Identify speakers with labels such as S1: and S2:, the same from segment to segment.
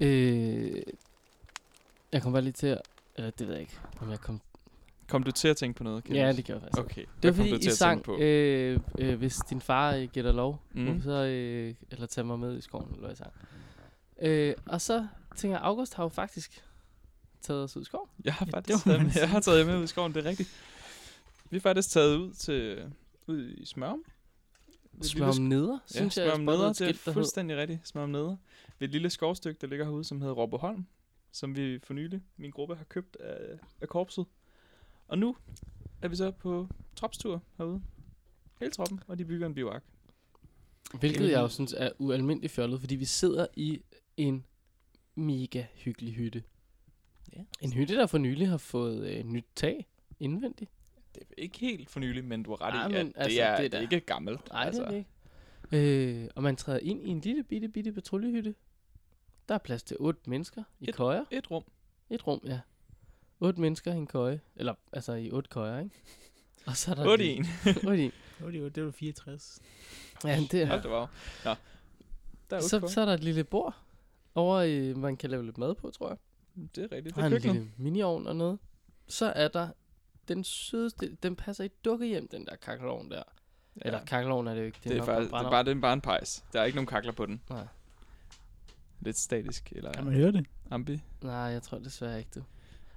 S1: Øh, jeg kom bare lige til at... Eller det ved jeg ikke, om jeg kom...
S2: Kom du til at tænke på noget, Kenneth?
S1: Ja, det gjorde jeg faktisk.
S2: Okay.
S1: Det
S2: Hvad
S1: var
S2: kom
S1: fordi,
S2: du til
S1: I
S2: at
S1: sang,
S2: tænke på?
S1: øh, øh, hvis din far øh, giver dig lov,
S2: Mm.
S1: mm. så, øh, eller tager mig med i skoven, eller hvad jeg sang. Øh, og så tænker jeg, August har jo faktisk taget os ud i skoven.
S2: Jeg har
S3: Ja,
S2: faktisk
S3: det må
S2: taget,
S3: man
S2: med, jeg har taget med ud i skoven, det er rigtigt. Vi er faktisk taget ud til ud i Smørum. Ved et
S1: Smør om
S2: lille sk-
S1: neder,
S2: ja,
S1: synes jeg. jeg.
S2: Smørum
S1: spottede
S2: Neder,
S1: et
S2: det er
S1: skilt, der hed.
S2: fuldstændig rigtigt. Smørum Neder. Ved et lille skovstykke, der ligger herude, som hedder Råbeholm, som vi for nylig, min gruppe, har købt af, af korpset. Og nu er vi så på tropstur herude. Hele troppen, og de bygger en bivak.
S1: Hvilket
S2: Jamen-
S1: jeg jo synes er ualmindeligt fjollet, fordi vi sidder i en mega hyggelig hytte.
S2: Ja.
S1: En hytte, der for nylig har fået øh, nyt tag indvendigt.
S2: Det er ikke helt for nylig, men du har ret
S1: Ej,
S2: i, at
S1: men altså,
S2: det er,
S1: det er
S2: det
S1: da-
S2: er ikke gammelt.
S1: Nej, altså. det er det ikke. Øh, og man træder ind i en lille bitte, bitte patruljehytte. Der er plads til otte mennesker i
S2: Et-
S1: køjer.
S2: Et rum.
S1: Et rum, ja. Otte mennesker i en køje. Eller, altså i otte køjer, ikke? Og så er der...
S2: Otte i
S1: lige-
S2: en.
S1: Otte i en.
S3: Det var, det var, det var 64.
S1: Ja, det er...
S2: Hold da, wow. Nå. Der er
S1: Så,
S2: så,
S1: så er der et lille bord over, i, man kan lave lidt mad på, tror jeg.
S2: Det er rigtigt.
S1: Der
S2: Det
S1: er
S2: er
S1: en
S2: køkkenet.
S1: lille miniovn og noget. Så er der den sødeste, den passer i dukkehjem, den der kakkelovn der. Ja. Eller kakkelovn er det jo ikke,
S2: Det er,
S1: nok
S2: faktisk, det
S1: bare
S2: er
S1: en
S2: bare, det er bare en pejs. Der er ikke nogen kakler på den.
S1: Nej.
S2: Lidt statisk,
S3: Kan
S2: eller
S3: man høre det?
S2: ambi.
S1: brænder. Nej, jeg tror desværre ikke det.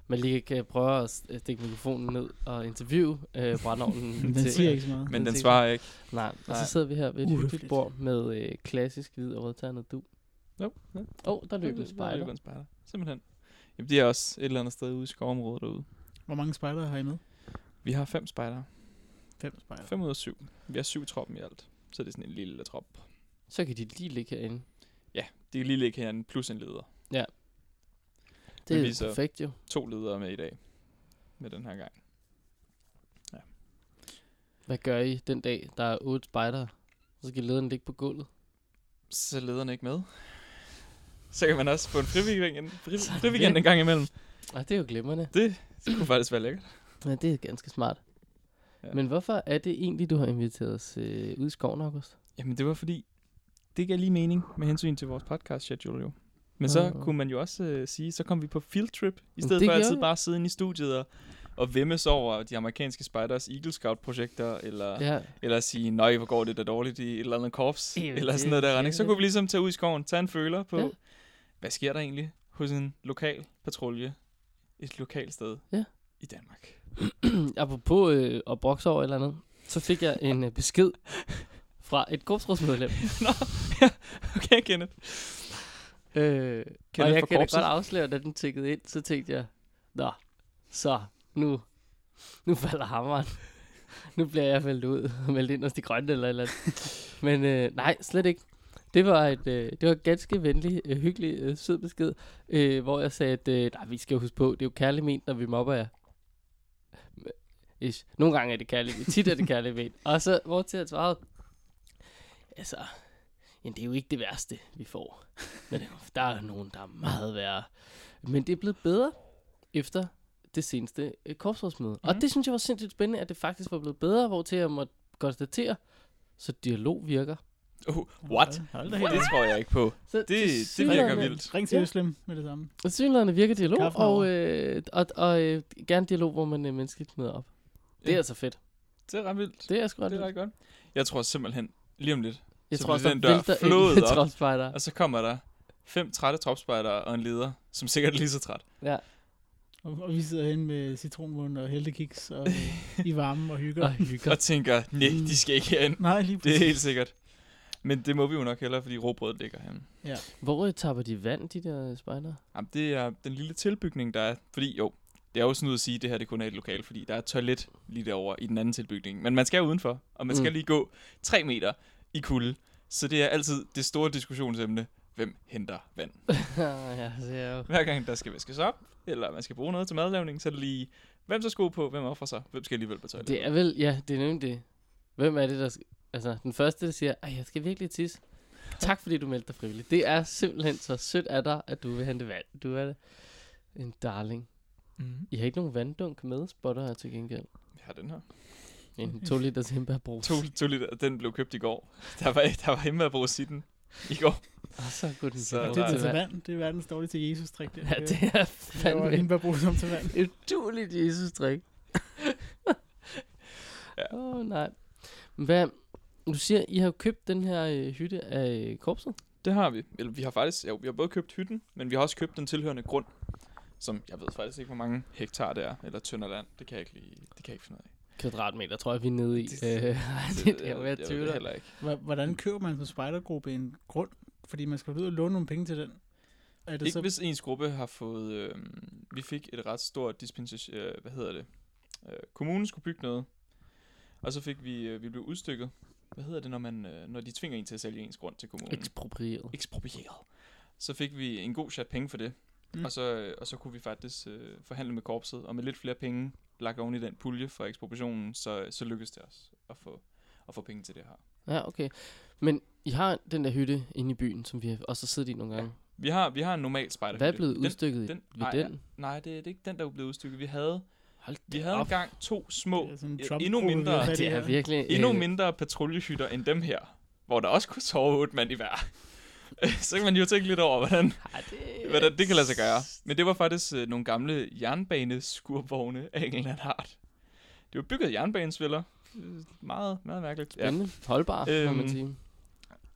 S1: Men lige kan jeg prøve at øh, stikke mikrofonen ned og interviewe øh, brændovnen.
S3: Den siger ikke så meget.
S2: Men den
S1: ses.
S2: svarer ikke.
S1: Nej, og
S2: Nej.
S1: så sidder vi her ved et hyggeligt
S3: Uhøfligt.
S1: bord med øh, klassisk hvid og rødternet du.
S2: Jo, ja.
S1: Åh, oh, der løb
S2: Der
S1: en spejder.
S2: løber en spejder. Simpelthen. Jamen, de er også et eller andet sted ude i skovområdet derude.
S3: Hvor mange spejdere har I med?
S2: Vi har fem spejdere.
S3: Fem spejdere.
S2: Fem ud af syv. Vi har syv troppen i alt. Så det er sådan en lille trop.
S1: Så kan de lige ligge herinde.
S2: De kan lige ligge herinde, plus en leder.
S1: Det
S2: Men vi
S1: er
S2: er så-
S1: perfekt jo.
S2: To ledere med i dag. Med den her gang.
S1: Hvad gør I den dag, der er otte spejdere? Så skal lederen ligge på gulvet.
S2: Så er lederne ikke med. Så kan man også få en frivillig
S1: Sådan.
S2: frivillig en gang imellem.
S1: Ej, det er jo glimrende.
S2: Det kunne faktisk være lækkert.
S1: Ja, det er ganske smart.
S2: Ja.
S1: Ja. Men hvorfor er det egentlig, du har inviteret os øh, ud i skoven, August?
S2: Jamen det var fordi, det gav lige mening med hensyn til vores podcast schedule jo. Men så
S1: Nå.
S2: kunne man jo også øh, sige, så kom vi på field trip, i
S1: Men
S2: stedet
S1: det
S2: for
S1: gjorde
S2: altid
S1: vi.
S2: bare at sidde inde i studiet og, og vemmes over de amerikanske spiders Eagle Scout-projekter, eller, ja.
S1: Ja.
S2: eller sige, nej, hvor går det da dårligt i et eller andet korps,
S1: Jamen,
S2: eller
S1: det-
S2: sådan noget
S1: det
S2: der
S1: er
S2: retning. Så
S1: det.
S2: kunne vi ligesom tage ud i skoven, tage en føler på,
S1: Ja.
S2: ja. hvad sker der egentlig hos en lokal patrulje et lokalt sted
S1: Ja.
S2: i Danmark.
S1: Apropos øh, at brokse over et eller andet, så fik jeg en øh, besked fra et korpsrådsmedlem.
S2: Okay, Kenneth.
S1: Øh, og
S2: Kenneth
S1: jeg kan
S2: fra
S1: da
S2: korpset.
S1: godt afsløre, da den tikkede ind, så tænkte jeg, nå, så nu, nu falder hammeren. Nu bliver jeg faldet ud og meldt ind hos de grønne eller et eller andet. Men øh, nej, slet ikke. Det var et øh, det var et ganske venlig, øh, hyggelig, øh, sød besked, øh, hvor jeg sagde, at øh, nej, vi skal jo huske på, det er jo kærligt ment, når vi mobber jer. Øh, Ish. Nogle gange er det kærligt ment, tit er det kærligt ment. Og så, hvor til han svarede, altså, jamen, det er jo ikke det værste, vi får. Men der er nogen, der er meget værre. Men det er blevet bedre efter det seneste øh, korpsrådsmøde. Mm. Og
S2: Mhm.
S1: det synes jeg var sindssygt spændende, at det faktisk var blevet bedre, hvor til jeg måtte konstatere, så dialog virker.
S2: Oh, what?
S3: Hold- Hold da helt.
S2: Det tror jeg ikke på.
S1: Så
S2: Det, det virker
S1: tilsyneladende-
S2: vildt.
S3: Ring til
S1: Ja.
S3: Øslem med det samme.
S1: Tilsyneladende virker dialog,
S3: Kaffe
S1: og,
S3: over.
S1: øh, og, og øh, gerne dialog, hvor man øh, menneskeligt møder op. Det er
S2: Ja.
S1: altså fedt.
S2: Det er ret vildt.
S1: Det er sgu ret
S2: Det er
S1: vildt.
S2: ret godt. Jeg tror simpelthen, lige om lidt,
S1: Jeg
S2: Så
S1: tror også, der
S2: bliver den dør
S1: vælter
S2: flået
S1: ind
S2: op.
S1: tropspejder.
S2: og så kommer der fem trætte tropspejdere og en leder, som sikkert er lige så træt.
S1: Ja.
S3: Og, og vi sidder hen med citronmund og heltekiks og øh, i varmen og hygger.
S1: Og hygger.
S2: Og tænker, nej, de skal ikke herind.
S3: Nej, lige
S2: Det er
S3: præcis.
S2: helt sikkert. Men det må vi jo nok hellere, fordi råbrødet ligger herinde.
S1: Hvor øh, tapper de vand, de der øh, spejdere?
S2: Jamen, det er den lille tilbygning, der er. Fordi jo, det er jo sådan ud at sige, at det her det kun er et lokal, fordi der er et toilet lige derovre i den anden tilbygning. Men man skal jo udenfor, og man skal
S1: Mm.
S2: lige gå tre meter i kulde. Så det er altid det store diskussionsemne. Hvem henter vand?
S1: ja, så er jeg jo...
S2: Hver gang der skal vaskes op, eller man skal bruge noget til madlavning, så er det lige, hvem så sko på, hvem offrer sig, hvem skal alligevel på toilettet.
S1: Det er vel, ja, det er nemlig det. Hvem er det, der... sk- Altså, den første, der siger, at jeg skal virkelig tisse. Tak, fordi du meldte dig frivilligt. Det er simpelthen så sødt af dig, at du vil hente vand. Du er en darling.
S2: Mm.
S1: I har ikke nogen vanddunk med, spotter jeg til gengæld.
S2: Vi har den her.
S1: En 2 liters hembærbrus.
S2: To, to liter, den blev købt i går. Der var, der var hjemme at bruge sitten. i går.
S1: Og så kunne den
S2: Så
S1: blive
S2: er
S3: Det
S1: brugt
S3: er til
S1: vand.
S3: vand. Det er verdens dårligste Jesus-trik. Det,
S1: Ja, det er
S3: det var
S1: fandme
S3: hende, der bruger som til vand.
S1: et dueligt Jesus-drik.
S2: Ja.
S1: Åh, oh, nej. Hvad, du siger, I har jo købt den her øh, hytte af øh, korpset.
S2: Det har vi. Eller vi har faktisk, ja, vi har både købt hytten, men vi har også købt den tilhørende grund, som jeg ved faktisk ikke, hvor mange hektar det er, eller tønder land. Det kan jeg ikke lige, det kan jeg ikke finde ud af.
S1: Kvadratmeter, tror jeg, vi er nede i.
S2: Det-
S1: Øh, det,
S2: ved-
S1: det, det er jo
S2: ved-
S1: jeg
S2: ved det
S1: tvivler.
S2: heller ikke.
S3: Hva- Hvordan køber man som spejdergruppe en grund? Fordi man skal ud og låne nogle penge til den. Er det
S2: Ikke
S3: så
S2: hvis ens gruppe har fået, øh, vi fik et ret stort dispensation, øh, hvad hedder det, øh, kommunen skulle bygge noget, og så fik vi, øh, vi blev udstykket. Hvad hedder det, når, man, øh, når de tvinger en til at sælge ens grund til kommunen?
S1: Eksproprieret.
S2: eksproprieret. Så fik vi en god chat penge for det,
S3: Mm.
S2: mm. og, så, og så kunne vi faktisk øh, forhandle med korpset, og med lidt flere penge lagt oven i den pulje fra ekspropriationen, så, så lykkedes det os at få, at få penge til det her.
S1: Ja, okay. Men I har den der hytte inde i byen, som vi har også har siddet i nogle
S2: Ja,
S1: gange.
S2: Vi har, vi har en normal spejder.
S1: Hvad er blevet udstykket
S2: den-
S1: den, ved
S2: nej,
S1: den?
S2: Nej, det, det er ikke den, der blev udstykket. Vi havde,
S1: Hold
S2: vi havde
S1: op.
S2: engang to små,
S3: Det er sådan en
S2: øh,
S3: Trump-gruppe,
S2: endnu
S3: vi har
S2: mindre,
S3: fat i.
S1: Det er
S3: her.
S1: virkelig...
S2: endnu
S1: øh,
S2: mindre patruljehytter end dem her, hvor der også kunne sove otte mand i hver. så kan man jo tænke lidt over, hvordan,
S1: Ej, det,
S2: Hvordan det kan lade sig gøre. Men det var faktisk øh, nogle gamle jernbaneskurvogne, England har. Det var bygget af jernbanesvælder. Øh, Meget, meget mærkeligt. Ja.
S1: Spændende. Holdbar, øhm, må
S2: Øhm,
S1: man sige.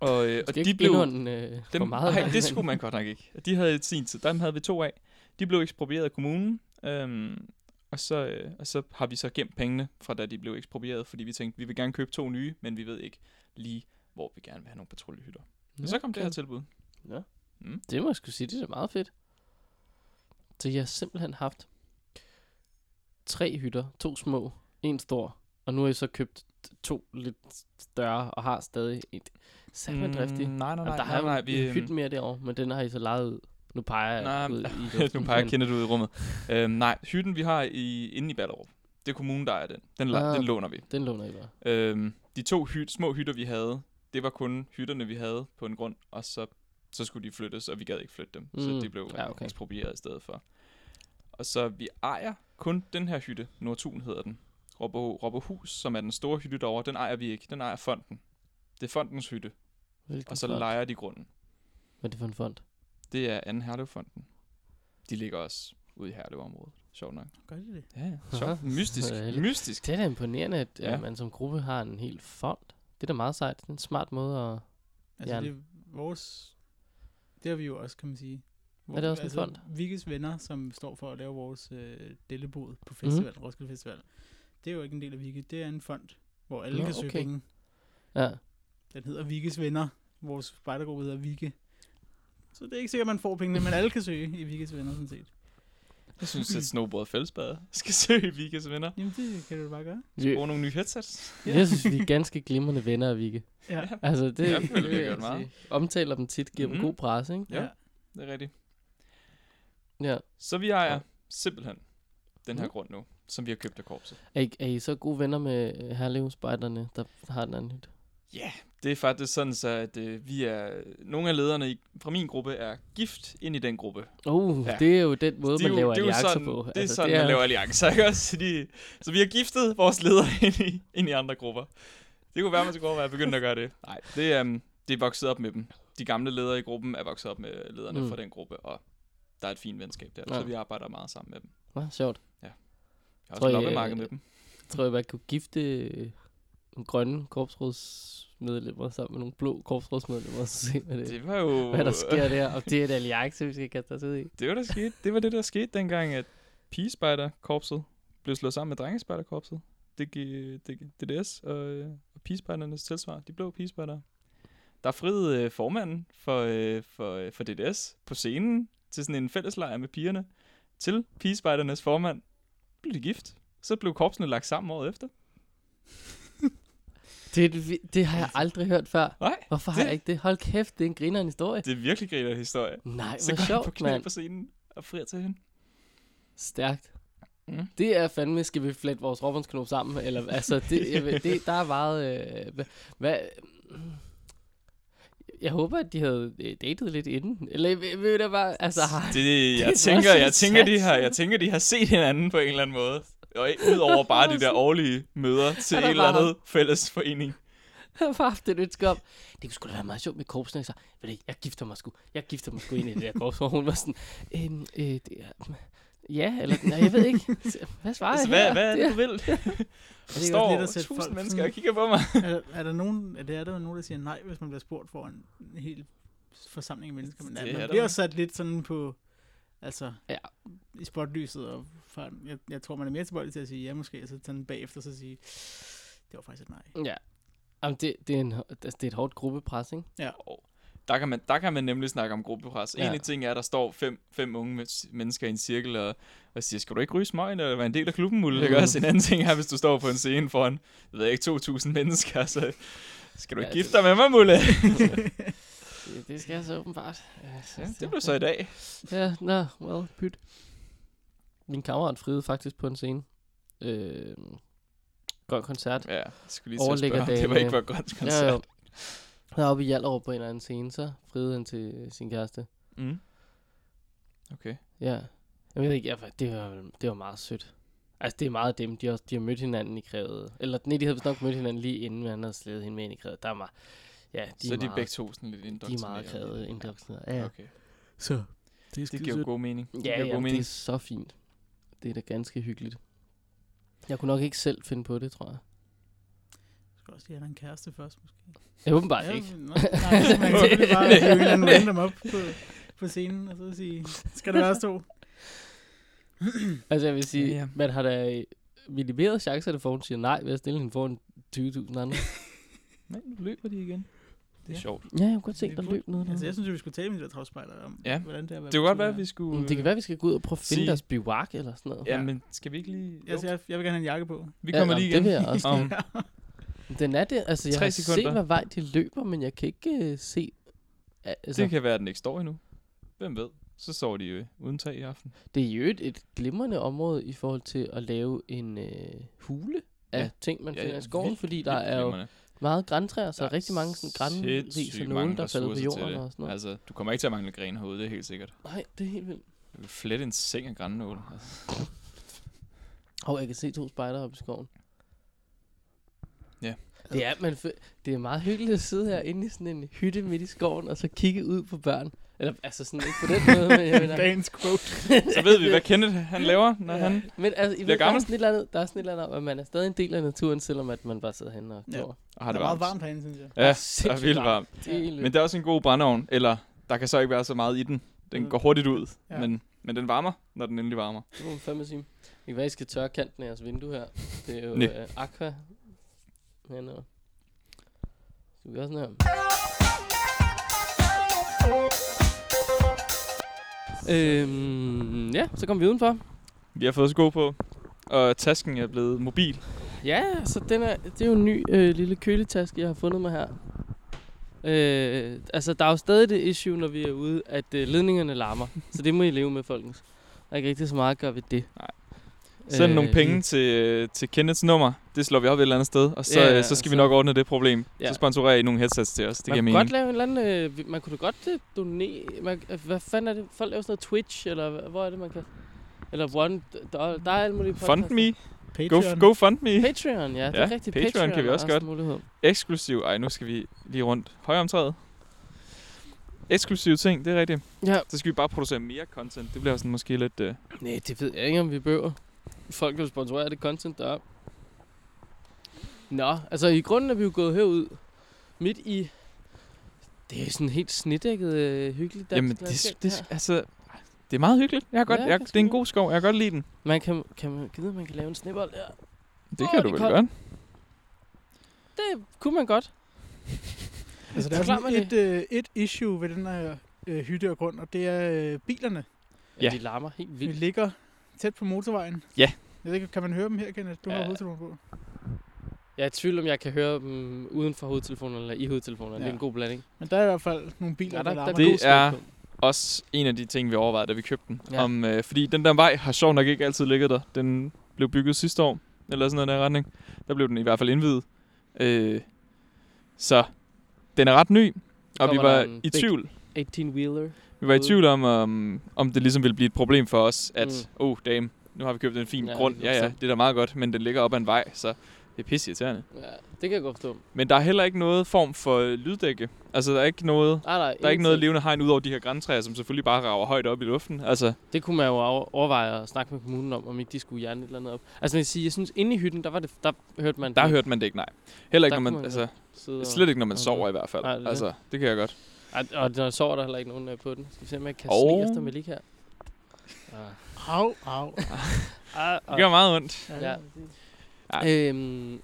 S2: Og, øh, og
S1: Skal
S2: de
S1: ikke
S2: blev...
S1: indånden øh, for
S2: Dem,
S1: meget.
S2: nej,
S1: men-
S2: det skulle man godt nok ikke. De havde et sin tid. Dem havde vi to af. De blev eksproprieret af kommunen. Øhm, og, så, øh, og så har vi så gemt pengene fra da de blev eksproprieret, fordi vi tænkte, vi vil gerne købe to nye, men vi ved ikke lige, hvor vi gerne vil have nogle patruljehytter. Ja, og så kom det her tilbud.
S1: Det må jeg skulle sige, det er meget fedt. Så jeg har simpelthen haft tre hytter, to små, en stor, og nu har jeg så købt to lidt større, og har stadig et særligt driftig.
S2: nej, nej, Mm, nej.
S1: Jamen, der
S2: nej,
S1: har
S2: nej,
S1: jo vi...
S2: vi, øhm,
S1: en hytte mere derovre, men den har I så lejet ud. Nu peger jeg
S2: Nej,
S1: ud i
S2: nu peger jeg kender du ud i rummet. Øhm, nej, hytten vi har i, inde i Ballerup, det er kommunen, der er den. Den, la-
S1: Ah.
S2: den låner vi.
S1: Den låner I bare.
S2: Øhm, de to hy- små hytter, vi havde, det var kun hytterne, vi havde på en grund, og så, så skulle de flyttes, og vi gad ikke flytte dem. Mm. Så
S1: Mm,
S2: de blev
S1: ja, okay.
S2: eksproprieret i stedet for. Og så vi ejer kun den her hytte, Nordtun hedder den. Robbe, Robbehus, som er den store hytte derovre, den ejer vi ikke. Den ejer fonden. Det er fondens hytte,
S1: Hvilken
S2: og så
S1: fond?
S2: lejer de grunden.
S1: Hvad er det for en fond?
S2: Det er anden Herlevfonden. De ligger også ude i Herlev-området. Sjovt nok.
S3: Gør de det?
S2: Ja, ja.
S1: Aha.
S2: Sjovt. Mystisk.
S1: Hvor ærligt.
S2: Mystisk.
S1: Det er da imponerende, at ja.
S2: Ja.
S1: man som gruppe har en hel fond. Det er da meget sejt. Det er en smart måde at...
S3: Altså,
S1: Jern.
S3: det er vores... Det har vi jo også, kan man sige. Hvor,
S1: Er det også en fond?
S3: Vigges venner, som står for at lave vores øh, dellebod
S1: Mhm.
S3: på festival, mm. Roskilde Festival, det er jo ikke en del af Vigge, det er en fond, hvor alle
S1: Nå,
S3: Nå, kan søge
S1: okay.
S3: okay. penge.
S1: Ja.
S3: Den hedder Vigges venner. Vores spejdergruppe hedder Vigge. Så det er ikke sikkert, at man får pengene, men alle kan søge i Vigges venner, sådan set.
S2: Jeg synes, at Snowboard Fællesbad skal søge i Vikas venner.
S3: Jamen, det kan du bare gøre.
S1: Vi,
S2: Bruge nogle nye headsets.
S1: jeg synes, vi er ganske glimrende venner af Vigge.
S3: Ja.
S1: Altså, det,
S2: Jeg føler, vi
S1: vil
S2: gør
S1: jeg
S2: meget.
S1: sige. Omtaler dem tit, giver dem
S2: Mhm.
S1: god pres, ikke?
S2: Ja. Det er rigtigt.
S1: Ja.
S2: Så vi ejer
S1: Ja.
S2: simpelthen den her
S1: Mm.
S2: grund nu, som vi har købt af korpset.
S1: Er I, er I så gode venner med herlevspejderne, der har den anden hytte?
S2: Ja, yeah. det er faktisk sådan, så at øh, vi er... Nogle af lederne i, fra min gruppe er gift ind i den gruppe.
S1: Uh,
S2: Ja.
S1: ja. det er jo den måde,
S2: De er
S1: man
S2: jo-
S1: laver
S2: det er jo
S1: alliancer
S2: sådan,
S1: på.
S2: Det er altså, sådan, det er... man laver alliancer, ikke også? Så De, så vi har giftet vores ledere ind i, ind i andre grupper. Det kunne være, man skulle overveje at begynde at gøre det. Nej, det, um, det er vokset op med dem. De gamle ledere i gruppen er vokset op med lederne
S1: Mm.
S2: mm. fra den gruppe, og der er et fint venskab der,
S1: Ja.
S2: så vi arbejder meget sammen med dem.
S1: Nå, sjovt.
S2: Jeg har
S1: Tror
S2: også
S1: I,
S2: loppemarked
S1: øh,
S2: med dem.
S1: Jeg tror, jeg bare kunne gifte øh, nogle grønne korpsrådsmedlemmer sammen med nogle blå korpsrådsmedlemmer, og så se, hvad, det, det,
S2: Det var jo...
S1: hvad der sker der. Og det er et alliance, vi skal kaste os ud i.
S2: Det var, der skete. det var det, der skete dengang, at pigespejderkorpset blev slået sammen med drengespejderkorpset. Det gik DDS og, øh, og pigespejdernes tilsvar, de blå pigespejdere. Der friede øh, formanden for, øh, for, øh, for DDS på scenen til sådan en fælleslejr med pigerne til pigespejdernes formand. Blev de gift. Så blev korpsene lagt sammen året efter.
S1: Det, er et vi- det har jeg aldrig hørt før.
S2: Altså- Nej,
S1: Hvorfor har
S2: det-
S1: jeg ikke det? Hold kæft, det er en grineren historie.
S2: det er virkelig griner historie.
S1: Nej,
S2: Så
S1: hvor
S2: går han på
S1: sjovt,
S2: knæ
S1: mand.
S2: på scenen og frier til hende.
S1: Stærkt.
S2: Mm.
S1: Mm. Det er fandme, skal vi flette vores råbåndsknop sammen? Eller, altså, det, jeg ved- det, der er meget... Øh, hvad, hvad, jeg håber, at de havde øh, datet lidt inden. Eller jeg ved- ved der bare... Altså, har-
S2: Det, jeg,
S1: Det er
S2: tænker,
S1: også
S2: jeg, tænker, de har,
S1: satset.
S2: jeg tænker, de har set hinanden på en eller anden måde. Og ikke- udover bare de der årlige møder til
S1: Er
S2: en
S1: der
S2: eller
S1: bare-
S2: anden fælles forening.
S1: Jeg har bare haft et ønske om, det kunne sgu da være meget sjovt med korpsen. Jeg sagde, ved du, ikke, jeg gifter mig sgu, jeg gifter mig sgu ind i det der korps, hvor hun var sådan, øhm, øh, det er, ja, eller nej, jeg ved ikke. Hvad svarer jeg
S2: Altså, hvad,
S1: her?
S2: hvad er det, du vil? Der
S3: også
S2: står
S3: lidt at sætte
S2: tusind
S3: folk-
S2: mennesker og kigger på mig.
S3: er, der- er, der nogen, er der, er der nogen, der siger nej, hvis man bliver spurgt for en en hel forsamling af mennesker? Men
S2: Det
S3: det
S2: er der
S3: man bliver
S2: vel.
S3: også sat lidt sådan på, altså,
S1: Ja.
S3: i spotlyset, og fra, jeg, jeg, tror, man er mere tilbøjelig til at sige ja måske, og så tage den bagefter, og så sige, det var faktisk et nej.
S1: Ja. Jamen, det, det, er en, altså, det er et hårdt gruppepres, ikke?
S2: Og Der kan, man, der kan man nemlig snakke om gruppepres. En
S1: Ja.
S2: af ting er, at der står fem, fem unge men- mennesker i en cirkel og, og siger, skal du ikke ryge smøgen eller være en del af klubben, Mulle? Mm.
S1: Mhm.
S2: Også en anden ting er, hvis du står på en scene foran, jeg ved ikke, 2.000 mennesker, så skal du
S1: Ja,
S2: ikke
S1: det-
S2: gifte dig med mig, Mulle?
S1: Det, det skal jeg så åbenbart. Ja, så,
S2: Ja, det blev så i dag.
S1: Ja, nå, well, pyt. Min kammerat friede faktisk på en scene. Øh, grøn koncert.
S2: Ja, jeg skulle lige til at
S1: Overlægger
S2: spørge, om det
S1: dagen,
S2: var ikke
S1: ja.
S2: var godt altså. koncert.
S1: Ja, jo. Heroppe i Hjallerup på en eller anden scene, så friede han til sin kæreste.
S2: Mm. Okay.
S1: Ja. Jeg ved ikke, jeg, var- det, var, det var meget sødt. Altså, det er meget dem. De har, de har mødt hinanden i krævet. Eller, nej, de havde vist nok mødt hinanden lige inden, han havde slædet hende med ind i krævet. Der er meget, ja, de
S2: så
S1: er
S2: er de
S1: meget,
S2: begge to sådan lidt
S1: de er meget
S2: indoktrineret.
S1: krævet indoktrineret. Ja, ja.
S2: Okay.
S3: Så, det er
S2: Det giver jo god mening. det giver
S1: Ja,
S2: jo god
S1: ja, det er
S2: mening.
S1: så fint. Det er da ganske hyggeligt. Jeg kunne nok ikke selv finde på det, tror jeg.
S3: Jeg skal også lige have dig en kæreste først, måske.
S1: Ja, åbenbart
S3: ja,
S1: ja. ikke.
S3: Nej, nej, så man kan selvfølgelig bare hive en eller anden random op på, på scenen, og så sige, skal der være os to?
S1: Altså, jeg vil sige,
S2: Ja, ja.
S1: man har da øh, minimeret chancerne for, at hun siger nej, ved at stille hende foran 20.000 andre.
S2: Nej, nu løber de igen. Det er
S3: Ja.
S2: sjovt.
S1: ja, jeg kunne godt se,
S3: Det
S1: der
S3: burde-
S1: løb noget.
S3: Altså,
S1: Altså,
S3: jeg synes, jo, vi skulle tale med de der travspejlere om,
S2: Ja.
S3: hvordan det er. at være
S2: Det kunne godt
S3: på
S2: være, at
S3: tur.
S2: vi skulle...
S1: Mm, det kan være, vi skal gå ud og prøve at finde
S2: øh, sige-
S1: deres biwak eller sådan noget.
S2: Ja, men skal vi ikke lige...
S3: Altså, jeg, jeg vil gerne have en jakke på.
S2: Vi kommer
S1: nå,
S2: lige
S1: Det
S2: igen.
S1: vil jeg også.
S2: Om,
S1: Den er det, altså jeg
S2: Tre
S1: har
S2: sekunder.
S1: set, hvad vej de løber, men jeg kan ikke uh, se... Ja, Altså,
S2: det
S1: det, kan...
S2: kan være, at den ikke står endnu. Hvem ved? Så sover de jo uden tag i aften.
S1: det er jo et, et glimrende område i forhold til at lave en øh, hule af
S2: Ja.
S1: ting, man
S2: Ja,
S1: ja, finder
S2: ja,
S1: i skoven,
S2: vildt,
S1: fordi der er jo meget grantræer, så
S2: Der er
S1: rigtig mange sådan granris og
S2: sindssygt
S1: nogle,
S2: mange
S1: der falder på
S2: ressourcer til
S1: jorden
S2: det.
S1: og sådan noget.
S2: Altså, du kommer ikke til at mangle grene herude, det er helt sikkert.
S1: Nej, det er helt vildt.
S2: Du kan flette en seng af grannål. Altså,
S1: Og jeg kan se to spejder oppe i skoven.
S2: Ja.
S1: Det er, man fø- det er meget hyggeligt at sidde her inde i sådan en hytte midt i skoven, og så kigge ud på børn. Eller altså sådan ikke på den måde, men jeg mener...
S3: Dagens quote.
S2: så ved vi, hvad Kenneth han laver, når
S1: Ja.
S2: han...
S1: Men altså, I ved,
S2: Bliver
S1: der, er
S2: gammel.
S1: sådan et eller andet, der er sådan et eller andet om, at man er stadig en del af naturen, selvom at man bare sidder henne og
S3: Ja.
S1: glor.
S2: Og har
S3: Det
S2: det
S3: er
S2: varmt.
S3: meget varmt herinde, synes jeg.
S2: Ja, det er
S1: Sindssygt
S2: vildt varmt.
S1: Det er helt
S2: Men
S1: vildt.
S2: der er også en god brændeovn, eller der kan så ikke være så meget i den. Den
S3: Mm.
S2: går hurtigt ud,
S3: Ja.
S2: men, men den varmer, når den endelig varmer.
S1: Det må man fandme sige. Det kan være, I skal tørre kanten af jeres vindue her. Det er jo
S2: Næ.
S1: øh, aqua. Men, øh, skal vi gøre sådan her? Øhm, ja, så kom vi udenfor.
S2: Vi har fået sko på, og tasken er blevet mobil.
S1: Ja, så den er, det er jo en ny øh, lille køletaske, jeg har fundet mig her. Øh, altså, der er jo stadig det issue, når vi er ude, at øh, ledningerne larmer. så det må I leve med, folkens. Der er ikke rigtig så meget at gøre ved det.
S2: Nej. Send øh, nogle penge til, til Kenneths nummer. Det slår vi op et eller andet sted, og så,
S1: Ja,
S2: ja,
S1: ja,
S2: så skal vi
S1: så-
S2: nok ordne det problem. Ja.
S1: Ja.
S2: Så sponsorerer I nogle headsets til os. Det giver
S1: man kunne
S2: mening.
S1: godt lave en eller anden, øh, vi- man kunne da godt øh, donere, man, øh, hvad fanden er det, folk laver sådan noget Twitch, eller hva- hvor er det, man kan, eller One, der, der er alle mulige
S2: Fund me. Go,
S3: Patreon.
S2: go fund me.
S1: Patreon, ja, det
S2: Ja,
S1: er rigtigt,
S2: Patreon kan vi
S1: er
S2: også
S1: en
S2: godt.
S1: Mulighed.
S2: Eksklusiv. Ej, nu skal vi lige rundt. Højre om træet. Eksklusive ting, det er rigtigt.
S1: Ja,
S2: Så skal vi bare producere mere content. Det bliver sådan måske lidt... Øh,
S1: nej, det ved jeg ikke, om vi behøver. Folk vil sponsorere det content, der er. Nå, altså i grunden er vi jo gået herud, midt i, det er sådan helt snedækket, øh, hyggeligt dansk
S2: jamen, det,
S1: landskab,
S2: det,
S1: her.
S2: altså, det er meget hyggeligt. Jeg har godt,
S1: Ja,
S2: ja, jeg,
S1: det
S2: det
S1: skal
S2: er en
S1: vi.
S2: god skov. Jeg kan godt lide den.
S1: Man kan, kan man, gider man kan lave en snebold der.
S2: Det
S1: Åh,
S2: kan
S1: det
S2: du vel
S1: kom.
S2: godt.
S1: Det kunne man godt.
S3: Altså, der er
S1: Forklar
S3: sådan
S1: mig
S3: et, øh, et issue ved den her øh, hytte og grund, og det er øh, bilerne.
S1: Ja.
S2: Ja.
S1: De larmer helt
S3: Vi
S1: vildt.
S3: ligger tæt på motorvejen.
S2: Ja.
S3: Jeg ved ikke, kan man høre dem her, Kenneth? Du har
S1: Ja.
S3: hovedtelefonen på.
S1: Jeg er i tvivl, om jeg kan høre dem uden for hovedtelefonerne eller i hovedtelefonerne. Ja. Det er
S3: Ja.
S1: en god blanding.
S3: Men der er i hvert fald nogle biler,
S1: Ja,
S3: ja,
S1: der-
S3: der,
S1: der
S3: larmer.
S1: er god
S2: Det er
S1: skov
S2: også en af de ting, vi overvejede, da vi købte den.
S1: Ja.
S2: Ja. Om, øh, fordi den der vej har sjovt nok ikke altid ligget der. Den blev bygget sidste år, eller sådan noget i den her retning. Der blev den i hvert fald indvidet. Øh, så den er ret ny, og
S1: Kommer
S2: vi
S1: der
S2: var
S1: en
S2: i
S1: big-
S2: tvivl.
S1: 18-wheeler.
S2: Vi var i
S1: ude?
S2: tvivl om, om, om det ligesom ville blive et problem for os, at, åh, mm. oh, damn, nu har vi købt en fin
S1: Ja,
S2: ja, grund.
S1: det er
S2: Ja, ja,
S1: bestemt.
S2: det er da meget godt, men den ligger op ad en vej, så Det er pisse irriterende.
S1: Ja, det kan jeg godt forstå.
S2: Men der er heller ikke noget form for øh, lyddække. Altså, der er ikke noget...
S1: Nej, nej,
S2: Der er ikke noget levende hegn ud over de her græntræer, som selvfølgelig bare rager højt op i luften. Altså,
S1: Det kunne man jo over- overveje at snakke med kommunen om, om ikke de skulle hjerne et eller andet op. Altså, man kan sige, jeg synes, inde i hytten, der, var det, der hørte man...
S2: der hørte man det ikke, nej. Heller ikke,
S1: Der
S2: når man,
S1: kunne man
S2: altså,
S1: sidde og-
S2: slet ikke, når man
S1: og-
S2: sover i hvert fald.
S1: Nej, det er det.
S2: Altså, det kan jeg godt.
S1: Ej, og når jeg sover, der er heller ikke nogen øh, på den. Skal vi se, om jeg kan
S2: Og-
S1: oh. snige efter med lige her? Ah.
S3: Au, au.
S1: Ah,
S2: Det gør meget ondt.
S1: Ja.
S2: Ah.
S1: Øhm.